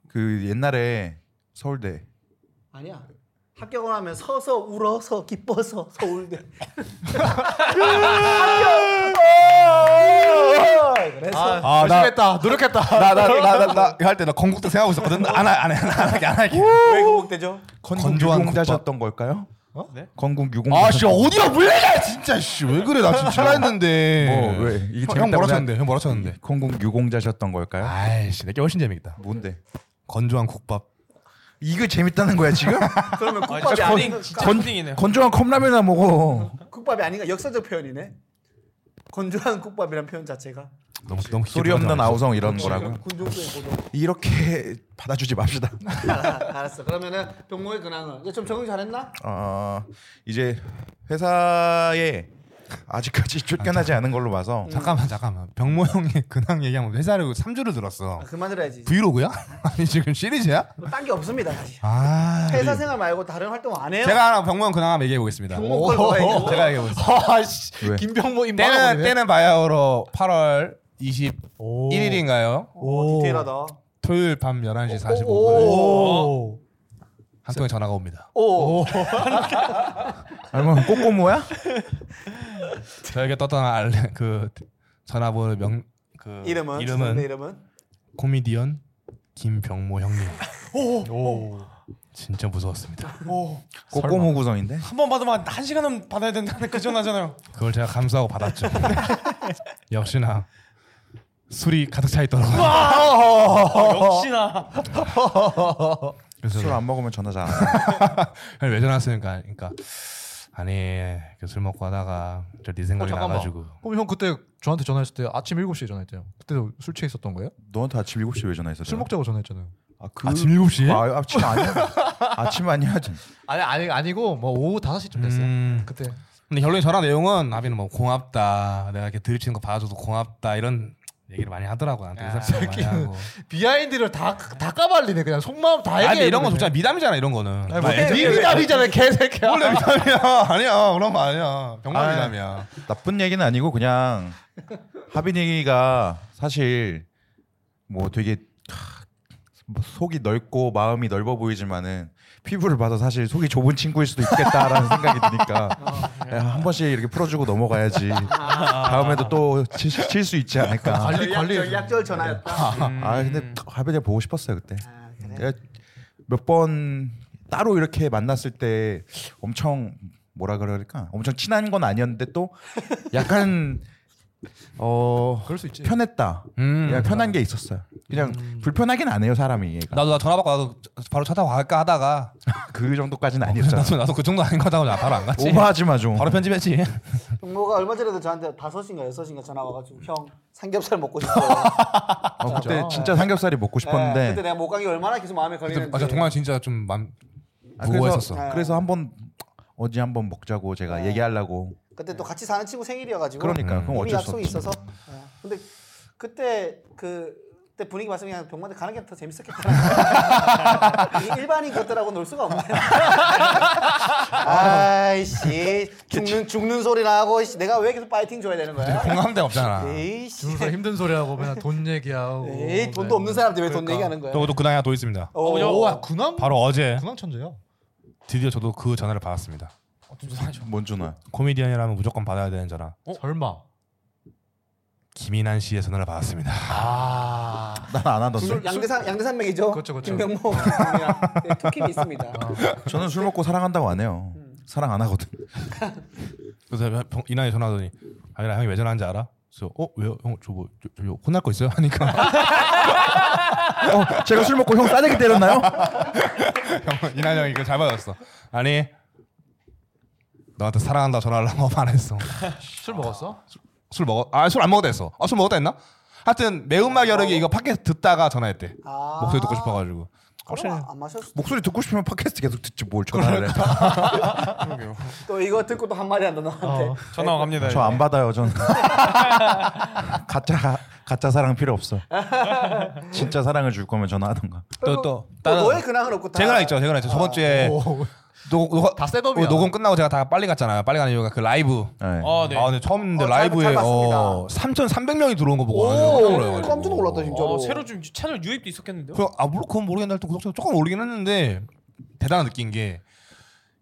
그 옛날에 서울대 아니야. 합격을 하면 서서 울어서 기뻐서 서울대. 합격. 그래서 아, 나- 열심했다 노력했다 나 나 나 나 할 때 나 건국 때 생각하고 있었거든. 안할안해안 할게. 왜 공복대죠? 건국 건조한 유공자셨던 걸까요? 어? 네? 건국 유공자 아씨 어디가 물레냐 진짜 씨왜 그래 나 지금 잘했는데. 뭐, 왜? 이게 형, 형 재밌다고 뭐라 생각- 쳤는데 형 뭐라 쳤는데. 건국 유공자셨던 걸까요? 아이씨 내게 훨씬 재밌다. 뭔데 건조한 국밥. 이거 재밌다는 거야 지금? 그러면 아, 국밥이 진짜 아닌 코딩 진짜 건- 코딩이네요. 건조한 컵라면이나 먹어 국밥이 아닌가 역사적 표현이네. 건조한 국밥이란 표현 자체가 너무 너무 소리 없는 아우성 이런 거라고 군중의 고독. 이렇게 받아주지 맙시다 알아, 알았어. 그러면은 병모의 근황은 이제 좀 적응 잘했나? 어, 이제 회사에 아직까지 쫓겨나지 않은 걸로 봐서 음. 잠깐만 잠깐만 병모 형의 근황 얘기하면 회사를 3주를 아, 들었어. 그만 들어야지. 뭐 브이로그야? 아니 지금 시리즈야? 딴 게 없습니다. 사실. 아 회사 생활 말고 다른 활동 안 해요. 제가 하나 병모 형 근황 한번 얘기해 보겠습니다. 병모 걸 뭐가 있어? 제가 얘기해 보겠습니다. 아, 왜? 김병모 임마. 때는 때는 바야흐로 8월 21일인가요? 오, 어, 디테일하다. 토요일 밤 11시 45분에 오. 한 통의 전화가 옵니다. 오, 아니면 꼬꼬모야? 저에게 떴던 알레, 그 전화번호 명, 그 이름은 이름은 내 이름은 코미디언 김병모 형님. 오. 진짜 무서웠습니다. 꼬꼬모 구성인데? 한 번 받으면 한 시간은 받아야 된다는 그 전화잖아요. 그걸 제가 감수하고 받았죠. 역시나 술이 가득 차 있더라고요. 역시나 그래서 술 안 먹으면 전화 잘 안 와. 형님 왜 전화 왔습니까? 그러니까 아니 그 술 먹고 하다가 저네 어, 생각이 잠깐만. 나가지고 그럼 형 그때 저한테 전화했을 때 아침 7시에 전화했대요. 그때도 술 취해 있었던 거예요? 너한테 아침 7시에 왜 전화했어? 네. 술 먹자고 전화했잖아요. 아, 그... 아침 7시에? 아, 아침 아니야 아침 아니야 아니 아니 아니고 뭐 오후 5시쯤 됐어요. 음, 그때 근데 결론이 저랑 내용은 나비는 뭐 고맙다 내가 이렇게 드립치는 거 봐줘서 고맙다 이런 얘기를 많이 하더라고 나한테 의사표현 많이 하고 비하인드를 다 다 까발리네. 그냥 속마음 다 아니 얘기해. 근데 이런 건 좋잖아 미담이잖아 이런 거는 아니, 뭐, 네 미담이잖아 개새끼야. 원래 미담이야 아니야 그런 거 아니야 병만 아이. 미담이야 나쁜 얘기는 아니고 그냥 하빈이가 사실 뭐 되게 하, 뭐 속이 넓고 마음이 넓어 보이지만은 피부를 봐서 사실 속이 좁은 친구일 수도 있겠다라는 생각이 드니까 야, 한 번씩 이렇게 풀어주고 넘어가야지 다음에도 또 칠 수 있지 않을까 관리 저 관리. 약- 저 약절 전화였다. 아 근데 하빈이 보고 싶었어요 그때 아, 그래. 몇 번 따로 이렇게 만났을 때 엄청 뭐라 그럴까 엄청 친한 건 아니었는데 또 약간 어 그럴 수 있지. 편했다 음. 그냥 편한 게 있었어요 그냥 불편하긴 안 해요 사람이 얘가. 나도 나 전화 받고 나도 바로 찾아갈까 하다가 그 정도까지는 아니었잖아 나도 나도 그 정도 아닌 거 하다가 나 바로 안 갔지 오버하지 마좀 바로 편집했지 동료가 얼마 전에도 저한테 다섯인가 여섯인가 전화 와가지고 형 삼겹살 먹고 싶어요. 어, 그때 진짜 삼겹살이 먹고 예, 싶었는데 그때 내가 못 간 게 얼마나 계속 마음에 그때- 걸리는지. 아, 저 동안 진짜 좀맘 아, 무거워했었어 그래서, 그래서 한번 어디 한번 먹자고 제가 네. 얘기하려고 그때 또 같이 사는 친구 생일이어가지고. 그러니까 음. 그럼 이미 어쩔 수 약속이 없지 있어서. 예. 근데 그때 그. 그때 분위기 봤으면 그냥 병만대 가는 게 더 재밌었겠다. 이 일반인 것들하고 놀 수가 없네. 아이씨 죽는 죽는 소리나 하고 씨, 내가 왜 계속 파이팅 줘야 되는 거야? 그러니까. 공감대 없잖아 에이씨. 주소 힘든 소리하고 맨날 돈 얘기하고. 그러니까. 에이 돈도 없는 사람들 왜 돈 그러니까. 얘기하는 거야? 어. 저도 그날 하나 더 있습니다 오, 오야 어, 군함 바로 어제 군함 천재야. 드디어 저도 그 전화를 받았습니다 어, 뭔 전화 코미디언이라면 무조건 받아야 되는 전화 설마. 김인환 씨의 전화를 받았습니다 아. 난 안 하던데 그 양대산 양대산맥이죠. 그렇죠, 그렇죠. 김병모 김이랑. 네, 투킴이 있습니다. 아, 아, 저는 술 먹고 사랑한다고 안 해요 사랑 안 하거든 그래서 병- 이나이 전화하더니 아니라 형이 왜 전화한지 알아? 그래서 어 왜요? 형저뭐 저, 저, 저 혼날 거 있어요? 하니까 어, 제가 술 먹고 형 싸대기 때렸나요? 형 이나 형이 그잘 받았어. 아니 너한테 사랑한다 전화를 한 번만 했어. 술 먹었어? 술 먹어? 아 술 안 먹었다 했어. 아 술 먹었다 했나? 하여튼 매운맛 여러기 이거 팟캐스트 듣다가 전화했대. 어. 아. 목소리 듣고 싶어가지고. 그럼 안 마셨어? 목소리 듣고 싶으면 팟캐스트 계속 듣지 뭘 전화를 해. 또 이거 듣고 또 한마디 한다 너한테. 어. 전화 갑니다. 저 안 받아요 전. 가짜 가짜 사랑 필요 없어. 진짜 사랑을 줄 거면 전화하던가. 또 또 또 다른 너의 뭐 근황은 없고 다. 아. 제거나 있죠. 제거나 있죠. 저번 주에 노, 노, 우리 다 어, 셋업이야. 녹음 끝나고 제가 다 빨리 갔잖아요. 빨리 가는 이유가 그 라이브. 네. 아, 네. 아 근데 처음인데 어, 잘- 라이브에 잘 봤습니다. 어, 3,300명이 들어온 거 보고 완전 아, 깜짝 오, 놀라가지고. 깜짝 놀랐다 진짜로. 아, 어, 새로 좀 채널 유입도 있었겠는데요? 그, 아 물론 그건 모르겠는데 또 구독자 조금 오르긴 했는데 대단한 느낀 게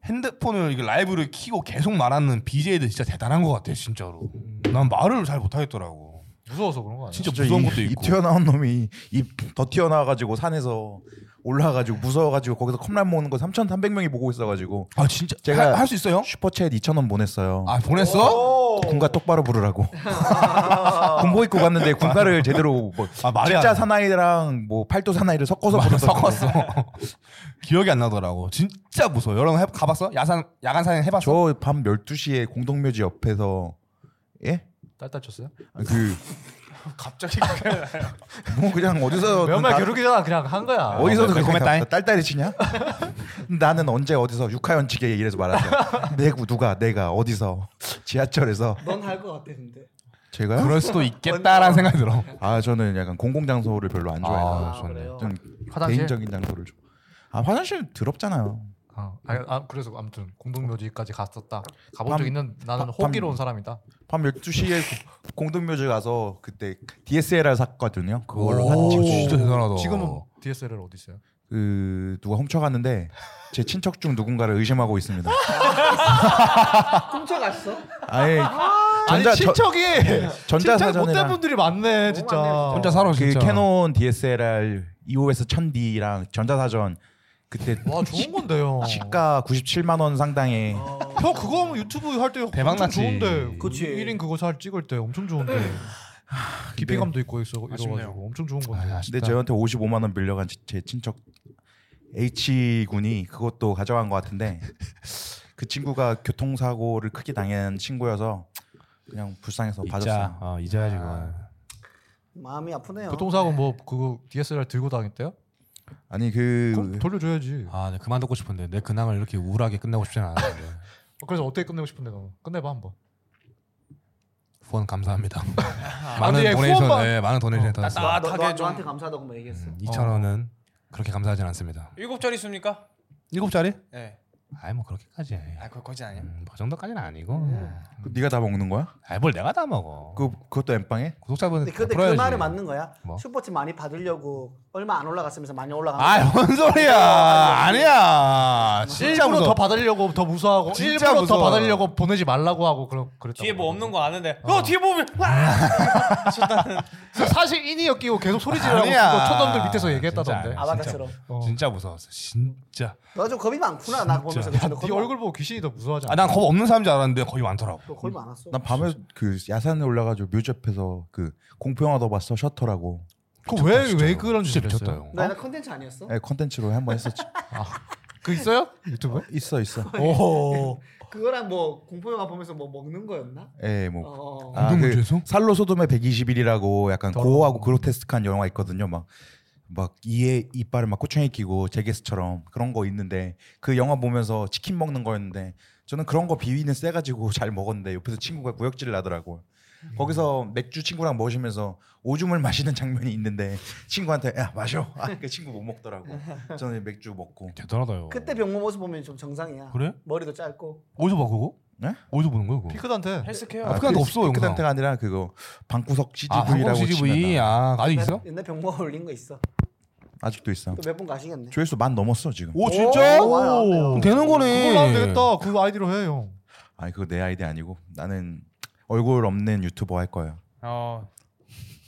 핸드폰을 이게 라이브를 키고 계속 말하는 BJ들 진짜 대단한 것 같아 진짜로. 난 말을 잘 못하겠더라고. 무서워서 그런 거 아니야? 진짜 무서운 이- 것도 있고. 입 튀어나온 놈이 입 더 튀어나와가지고 산에서 올라가지고 무서워가지고 거기서 컵라면 먹는 거 3,300명이 보고 있어가지고 아 진짜 제가- 제가 할 수 있어요? 슈퍼챗 2,000원 보냈어요. 아 보냈어? 군가 똑바로 부르라고. 군복 입고 갔는데 군가를 제대로 뭐 아, 말이 안 진짜 돼. 사나이랑 뭐 팔도 사나이를 섞어서 맞아, 불렀어. 섞었어. 기억이 안 나더라고. 진짜 무서워. 여러분 해, 가봤어? 야산 야간 사냥 해봤어? 저밤 12시에 공동묘지 옆에서 예? 딸딸 쳤어요? 그 갑자기 뭐 그냥 어디서 몇말 나- 겨루기잖아 그냥 한 거야. 어디서 어, 그렇게 매콤했다잉. 나- 딸딸이 치냐? 나는 언제 어디서 육하연치게 이래서 말하죠. 내구 누가 내가 어디서 지하철에서 넌할것 같아 근데. 제가요? 그럴 수도 있겠다라는 생각이 들어. 아 저는 약간 공공 장소를 별로 안 좋아해서 아, 좋네. 그래요? 좀 화장실? 개인적인 장소를 좀. 아 화장실 더럽잖아요. 아, 아, 아, 그래서 아무튼 공동묘지까지 갔었다. 가본 밤- 적 있는 나는 밤- 호기로운 사람이다. 밤 12시에 공동묘지 가서 그때 DSLR 샀거든요. 그걸로 오, 사진 찍고 진짜 대단하다. 지금은 DSLR 어디 있어요? 그 누가 훔쳐갔는데 제 친척 중 누군가를 의심하고 있습니다. 훔쳐갔어? 아예 전자 예. 아니 친척이 전자 진짜 못된 사전이랑 분들이 많네 진짜. 혼자 살아 그 진짜. 캐논 DSLR 2OS 1000D랑 전자 사전 그때 와 좋은 아, 건데요. 시가 97만 원 상당의 어. 어, 형 그거 하면 유튜브 할 때 대박 엄청 났지. 좋은데. 그치. 1인 그거 잘 찍을 때 엄청 좋은데. 깊이감도 있고 있어 이래가지고 엄청 좋은 건데. 아, 근데 저희한테 55만 원 빌려간 제- 제 친척 H 군이 그것도 가져간 것 같은데 그 친구가 교통사고를 크게 당한 친구여서 그냥 불쌍해서 잊자. 봐줬어요. 어, 잊어야지 그건. 마음이 아프네요. 교통사고 뭐 그거 DSLR 들고 다녔대요? 아니 그럼 그 돌려줘야지. 아, 네, 그만 듣고 싶은데 내 근황을 이렇게 우울하게 끝내고 싶진 않은데. 그래서 어떻게 끝내고 싶은데 너 끝내봐 한번. 후원 감사합니다. 아, 많은 예, 음. 도네이션, 후원만- 네, 많은 도네이션 다 나, 너, 따뜻하게 너, 좀- 너한테 감사하다고 만 얘기했어. 2천 원은 그렇게 감사하진 않습니다. 일곱 자리 수입니까? 일곱 자리? 네. 아이 뭐 그렇게까지. 아, 그거 거진 아니야. 음, 그 정도까지는 아니고. 네가 다 먹는 거야? 아이 뭘 내가 다 먹어. 그 그것도 엠빵에? 구독자분 근데, 근데 그 풀어야지. 말에 맞는 거야. 뭐? 슈퍼챗 많이 받으려고 얼마 안 올라갔으면서 많이 올라간 거야. 어, 아뭔 소리야? 아니야. 진짜 일부러 무서워. 더 받으려고 더 무서워하고 진짜 일부러 무서워. 더 받으려고 보내지 말라고 하고 그런 그랬다. 뒤에 뭐 없는 거 아는데. 어, 뒤에 보면 와! 사실 인이어 끼고 계속 소리 지르라고 아니야. 그거 촌놈들 밑에서 진짜 얘기했다던데. 아니야. 아바타처럼. 진짜 무서웠어. 진짜. 너 좀 겁이 많구나. 나 보면서. 그치? 진짜. 너 네 겁이 얼굴 보고 귀신이 더 무서워하지 않아? 아, 난겁 없는 사람인 줄 알았는데 거의 많더라고. 많- 너 겁이 많았어. 난 밤에 그 야산에 올라가지고 묘지 옆에서 그 공포영화도 봤어 셔터라고 그왜왜 진짜로. 그런지 진짜 모르겠어요. 미쳤다 형. 나 컨텐츠 아니었어? 네, 컨텐츠로 한 번 했었지. 그 있어요? 유튜브에? 있어 있어. 오. 그거랑 뭐 공포영화 보면서 뭐 먹는 거였나? 예, 뭐 어. 아, 운동 그 문제에서? 살로 소돔의 121이라고 약간 고어하고 그로테스크한 영화 있거든요. 막, 막 이에 이빨을 막 꼬챙이 끼고 제게스처럼 그런 거 있는데 그 영화 보면서 치킨 먹는 거였는데 저는 그런 거 비위는 세가지고 잘 먹었는데 옆에서 친구가 구역질을 하더라고. 음. 거기서 맥주 친구랑 마시면서 오줌을 마시는 장면이 있는데 친구한테 야 마셔. 아, 그 친구 못 먹더라고. 저는 맥주 먹고 대단하다요. 그때 병모 모습 보면 좀 정상이야. 그래? 머리도 짧고. 어디서 봐 그거? 네? 어디서 보는 거야 그거? 피크단테. 헬스케어. 아, 그건 없어, 영상. 그때가 아니라 그거 방구석 아, 한국 CGV라고 CGV 치면 아, 아직 옛날- 있어? 옛날 병모 올린 거 있어. 아직도 있어. 또 몇 번 가시겠네. 조회수 만 넘었어 지금. 오 진짜? 오, 와요. 그럼 되는 거네. 그걸로 하면 되겠다. 그 아이디로 해 형. 아니 그거 내 아이디 아니고 나는 얼굴 없는 유튜버 할 거예요. 어.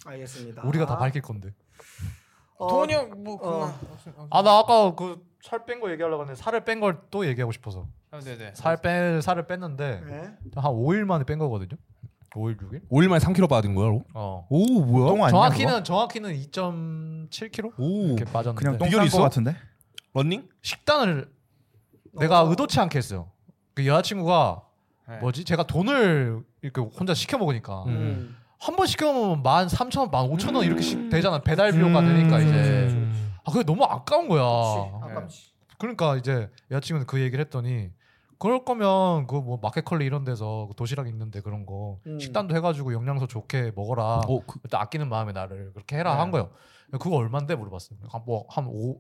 알겠습니다. 우리가 다 밝힐 건데. 어, 돈이 형뭐 그만. 아 나 아까 그 살 뺀 거 얘기하려고 했는데 살을 뺀 걸 또 얘기하고 싶어서. 아, 네, 네. 살 뺀 살을 뺐는데 네. 한 5일 만에 뺀 거거든요. 5일 6일? 5일 만에 3kg 빠진 거야? 어. 오 뭐야? 똥 아니야? 정확히는 정확히는 2.7kg 오 이렇게 빠졌는데 그냥 비결이 똥싼거 있어? 같은데? 런닝? 음. 식단을 내가 어. 의도치 않게 했어요. 그 여자친구가 네. 뭐지? 제가 돈을 이렇게 혼자 시켜 먹으니까 음. 음. 한 번 시켜 먹으면 만 삼천 원, 만 오천 원 이렇게 시- 되잖아. 배달 비용가 음. 되니까 이제 음. 아 그게 너무 아까운 거야. 그치, 아깝지. 그러니까 이제 여자친구는 그 얘기를 했더니 그럴 거면 그 뭐 마켓컬리 이런 데서 그 도시락 있는데 그런 거 음. 식단도 해가지고 영양소 좋게 먹어라. 어, 그, 일단 아끼는 마음에 나를 그렇게 네. 해라 한 거예요. 그거 얼마인데 물어봤어요. 뭐한 오.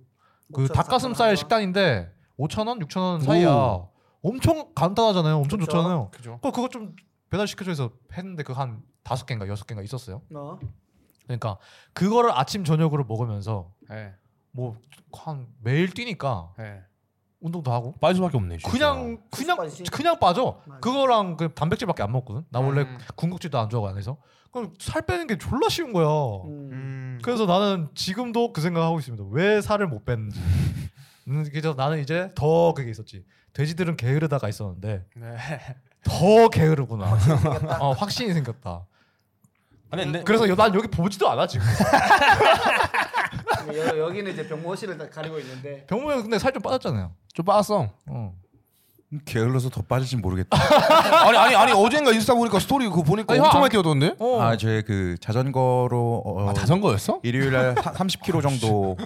그 오천, 사천 닭가슴살 하나. 식단인데 5천 원, 6천 원 사이야. 엄청 간단하잖아요. 엄청 그쵸. 좋잖아요. 그죠. 그 그거 좀 배달 시켜줘서 했는데 그 한 다섯 개인가 여섯 개인가 있었어요. 어? 그러니까 그거를 아침 저녁으로 먹으면서 예. 뭐 한 매일 뛰니까 예. 운동도 하고 빠질 수밖에 없네. 진짜. 그냥 그냥 빠지지. 그냥 빠져. 맞아. 그거랑 그 단백질밖에 안 먹거든. 나 원래 음. 군것질도 안 좋아하고 안 해서 그럼 살 빼는 게 졸라 쉬운 거야. 음. 음. 그래서 나는 지금도 그 생각하고 있습니다. 왜 살을 못 뺐는지. 음, 그래서 나는 이제 더 그게 있었지. 돼지들은 게으르다가 있었는데 네. 더 게으르구나. 어, 확신이 생겼다. 아니 네. 근데 그래서 여- 난 여기 보지도 않아 지금. 근데 여, 여기는 이제 병모실을 다 가리고 있는데 병모형 근데 살 좀 빠졌잖아요. 좀 빠졌어. 어. 음, 게을러서 더 빠질진 모르겠다. 아니 아니 아니 어젠가 인스타 보니까 스토리 그거 보니까 아니, 엄청 형, 많이 뛰어던데? 아, 제 그 자전거로 어, 아 자전거였어? 일요일날 30km 정도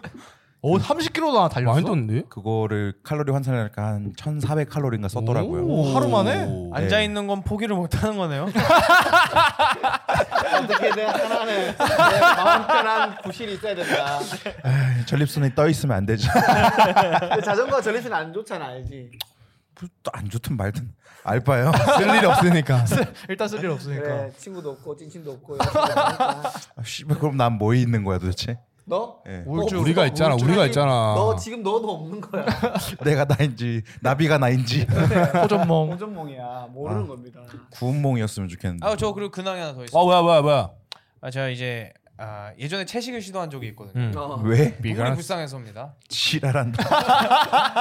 어 30kg나 달렸어. 많이 뛰었는데? 그거를 칼로리 환산하니까 한 1,400칼로리인가 썼더라고요. 오, 하루 만에? 어, 앉아 있는 건 포기를 못 하는 거네요. 어떻게 내 하나는 내 마음 편한 구실이 있어야 된다. 전립선이 떠 있으면 안 되지. 근데 자전거 전립선 안 좋잖아 알지? 안 좋든 말든 알 바요. 쓸 일이 없으니까. 일단 쓸 일 없으니까. 그래 친구도 없고 찐친도 없고 여자친구도 없으니까. 아, 씨발 그럼 난 뭐 있는 거야 도대체? 너? 예. 우울증. 어, 우리가 있잖아, 우울증이 우리가 있잖아. 너 지금 너도 없는 거야 내가 나인지 나비가 나인지 호전몽. 공전몽이야 모르는 겁니다. 구운몽이었으면 좋겠는데. 아 저 그리고 근황이 하나 더 있어요. 아 뭐야 뭐야 뭐야. 아 제가 이제 아, 예전에 채식을 시도한 적이 있거든요. 음. 어. 왜? 너무 불쌍해서입니다. 지랄한다.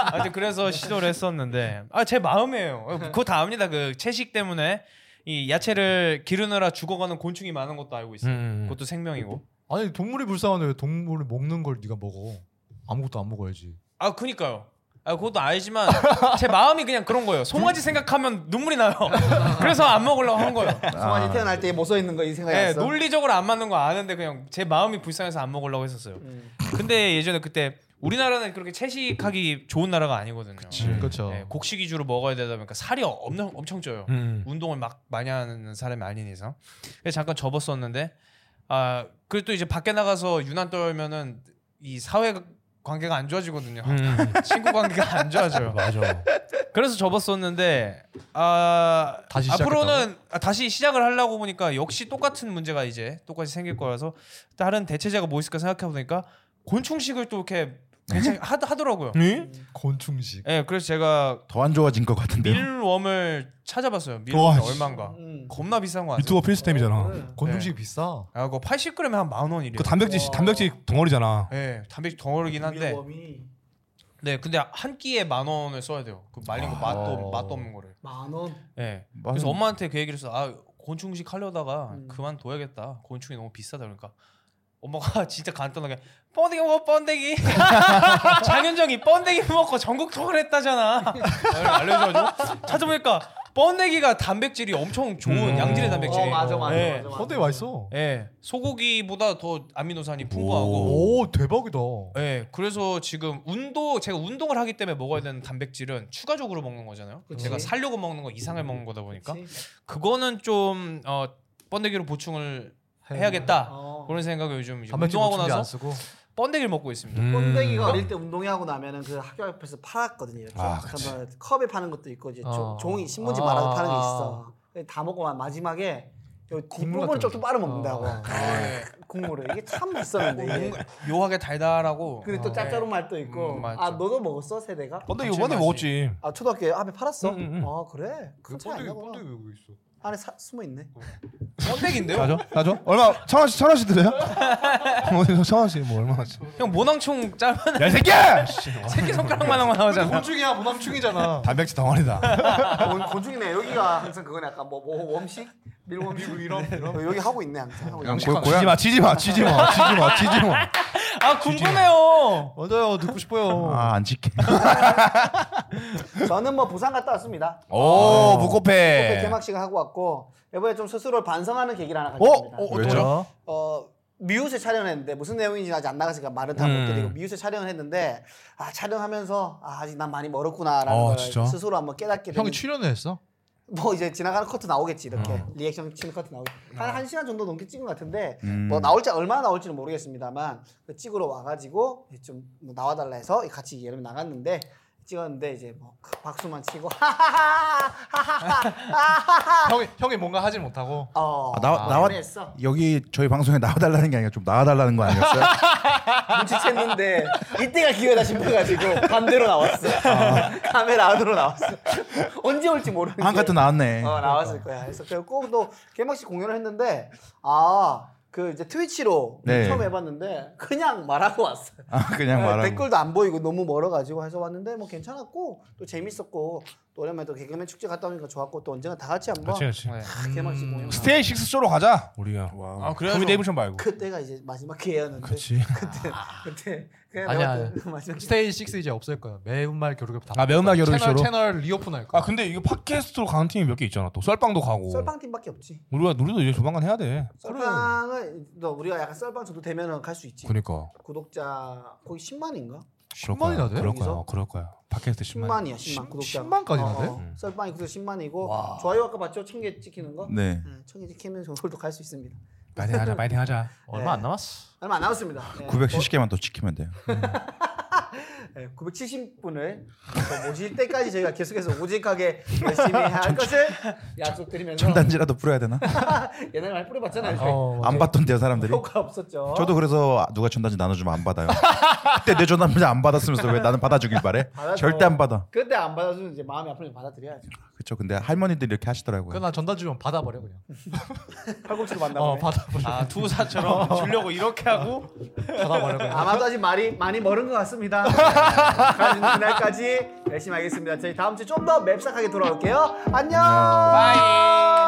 하여튼 그래서 시도를 했었는데 아 제 마음이에요. 그거 다 압니다. 그 채식 때문에 이 야채를 기르느라 죽어가는 곤충이 많은 것도 알고 있어요. 음. 그것도 생명이고. 아니 동물이 불쌍한데 왜 동물이 먹는 걸 네가 먹어? 아무것도 안 먹어야지. 아 그니까요. 아 그것도 알지만 제 마음이 그냥 그런 거예요. 송아지 생각하면 눈물이 나요. 그래서 안 먹으려고 한 거예요. 아. 송환이 태어날 때 못 서 있는 거 이 생각이 네, 났어 논리적으로 안 맞는 거 아는데 그냥 제 마음이 불쌍해서 안 먹으려고 했었어요. 음. 근데 예전에 그때 우리나라는 그렇게 채식하기 좋은 나라가 아니거든요. 그렇죠. 네, 곡식 위주로 먹어야 되다 보니까 살이 엄청 엄청 쪄요. 음. 운동을 막 많이 하는 사람이 아닌 이상 그래서 잠깐 접었었는데 아 그리고 또 이제 밖에 나가서 유난 떨면은 이 사회 관계가 안 좋아지거든요 음. 친구 관계가 안 좋아져요 맞아. 그래서 접었었는데 아 다시 앞으로는 아, 다시 시작을 하려고 보니까 역시 똑같은 문제가 이제 똑같이 생길 거라서 다른 대체제가 뭐 있을까 생각해 보니까 곤충식을 또 이렇게 네. 괜찮 하, 하더라고요 음. 음. 곤충식. 예 그래서 제가 더 안 좋아진 것 같은데요. 밀웜을 찾아봤어요 네. 와, 밀웜이 씨. 얼마인가 음. 겁나 비싼 거 아세요? 유튜버 필수템이잖아. 곤충식 비싸. 아, 그거 80g에 한 만 원이래요. 그 단백질 단백질 덩어리잖아. 예, 단백질 덩어리긴 아, 한데. 밀웜이 네, 근데 한 끼에 만 원을 써야 돼요. 그 말린 거 맛도 맛도 없는 거를. 만 원. 예. 그래서 엄마한테 그 얘기를 해서 아, 곤충식 하려다가 음. 그만 둬야겠다. 곤충이 너무 비싸다 그러니까. 엄마가 진짜 간단하게 번데기 먹어 번데기 장윤정이 번데기 먹고 전국 투어를 했다잖아 알려줘가지고 찾아보니까 번데기가 단백질이 엄청 좋은 음. 양질의 단백질이 어, 맞아, 맞아, 예. 맞아. 어때 맛있어. 예, 소고기보다 더 아미노산이 풍부하고 오 대박이다. 네, 그래서 지금 운동 제가 운동을 하기 때문에 먹어야 되는 단백질은 추가적으로 먹는 거잖아요. 그치. 제가 살려고 먹는 거 이상을 먹는 거다 보니까 그거는좀 어, 번데기로 보충을 해야겠다 어. 그런 생각을 요즘 이제 단백질 운동하고 곤충기 안 나서 쓰고. 번데기를 먹고 있습니다. 음. 꼰대기가 음. 어릴 때 운동회하고 나면은 그 학교 앞에서 팔았거든요. 이렇게. 한번 컵에 파는 것도 있고 이제 조- 어. 종이 신문지 아. 말아서 파는 게 있어. 다 먹고 마- 마지막에 요 국물 뒷부분을 같은 쪽쪽 거. 빨아 먹는다고 어. 네, 국물을 이게 참 비쌌는데 이게. 묘하게 달달하고 근데 또 어, 짭짤한 말도 있고. 음, 맞죠. 아 너도 먹었어 세대가? 번데기 감칠맛이. 번데 먹었지. 아 초등학교 앞에 팔았어? 응, 응, 응. 아 그래? 그 차이 안 나구나. 여기 있어? 안에 사- 숨어 있네. 예. 번데기인데요? 나죠? 나죠? 얼마? 천 원씩 천 원씩 드려요? 어디서 천 원씩 뭐 얼마씩? 형 모낭충 짧은 야 이 새끼야! 새끼 손가락만한 거 나오잖아. 곤충이야 모남충이잖아. 단백질 덩어리다. 곤, 곤충이네 아, 여기가 항상 그거네 약간 뭐, 뭐 웜식? 밀웜식? 어, 여기 하고 있네 항상 하고 있네. 치지 마, 치지 마, 치지 마, 치지 마, 치지 마. 아 궁금해요. 맞아요 듣고 싶어요. 아안 지켜. 저는 뭐 부산 갔다 왔습니다. 어. 오, 네. 북코페. 개막식 하고 왔고 이번에 좀 스스로를 반성하는 계기를 하나 어, 가졌습니다. 어, 왜죠? 어 미우새 촬영했는데 무슨 내용인지 아직 안 나갔으니까 말은 다 못 음. 드리고 미우새 촬영을 했는데 아 촬영하면서 아 아직 난 많이 멀었구나라는 어, 걸 진짜? 스스로 한번 깨닫게 되는 형이 출연을 했어? 뭐 이제 지나가는 커트 나오겠지 이렇게 음. 리액션 치는 커트 나오겠지 아. 한한 시간 정도 넘게 찍은 것 같은데 음. 뭐 나올지 얼마나 나올지는 뭐 모르겠습니다만 그 찍으러 와가지고 좀뭐 나와달라 해서 같이 예름 나갔는데 찍었는데 이제 뭐그 박수만 치고 하하하 하하하 형이 형이 뭔가 하질 못하고 어 아, 나, 나와 애매했어. 여기 저희 방송에 나와달라는 게 아니라 좀 나와달라는 거 아니었어요? 눈치챘는데 이때가 기회다 싶어가지고 반대로 나왔어 아. 카메라 안으로 나왔어 언제 올지 모르는 한 게. 카트 나왔네. 어 나왔을 거야. 그래서 꼭또 개막식 공연을 했는데 아 그 이제 트위치로 네. 처음 해봤는데 그냥 말하고 왔어요. 아, 그냥 네, 말하고. 댓글도 안 보이고 너무 멀어가지고 해서 왔는데 뭐 괜찮았고 또 재밌었고 또 오랜만에 또 개그맨 축제 갔다 오니까 좋았고 또 언젠가 다 같이 한번 그렇지 그렇지. 네. 다 개막식 공연 스테이 식스 쇼로 가자. 우리가 아 그래요? 토미 데이브션 말고. 그때가 이제 마지막 기회였는데 그렇지. 그때 그때 그냥 아니야, 내가 아니야. 또 마지막 기회. 스테이 6 이제 없을 거야. 매운말 겨루기 다. 아, 매운맛 채널- 겨루기쇼로? 채널 리오픈할 거야. 아 근데 이거 팟캐스트로 가는 팀이 몇 개 있잖아. 또 썰빵도 가고. 썰빵팀밖에 없지. 우리가 우리도 이제 조만간 해야 돼. 썰빵을 너 우리가 약간 썰빵 정도 되면은 갈 수 있지. 그니까. 구독자 거의 10만인가? 10만이나 돼? 그러니까. 그럴 거야. 여기서? 그럴 거야. 팟캐스트 10만. 10만이야 10만 구독자 10만까지나 돼? 썰빵이 구독 10만이고 좋아요 아까 봤죠? 1000개 찍히는 거? 네. 네, 1000개 찍히면 서울도 갈 수 있습니다 파이팅 하자. 파이팅 하자. 네. 얼마 안 남았어. 얼마 안 남았습니다 네. 970개만 더 지키면 돼요. 네, 970분을 모실 때까지 저희가 계속해서 오직하게 열심히 할 것을 약속드리면서 전단지라도 뿌려야 되나? 옛날에 많이 뿌려봤잖아요 저희. 어, 안 받던데요, 사람들이. 효과 없었죠 저도 그래서 누가 전단지 나눠주면 안 받아요. 그때 내 전단지 안 받았으면서 왜 나는 받아주길 바래? 받아줘. 절대 안 받아. 그때 안 받아주면 이제 마음이 아프면 받아들여야죠 그쵸. 근데 할머니들이 이렇게 하시더라고요. 그나 전단 주면 받아버려 그냥. 팔꿈치로 만나 어 보네 받아버려. 아 투사처럼 주려고 이렇게 하고 받아버려 그냥. 아마도 아직 말이 많이 멀은 것 같습니다. 가는 그날까지 열심히 하겠습니다. 저희 다음 주에 좀 더 맵싹하게 돌아올게요. 안녕. 빠이.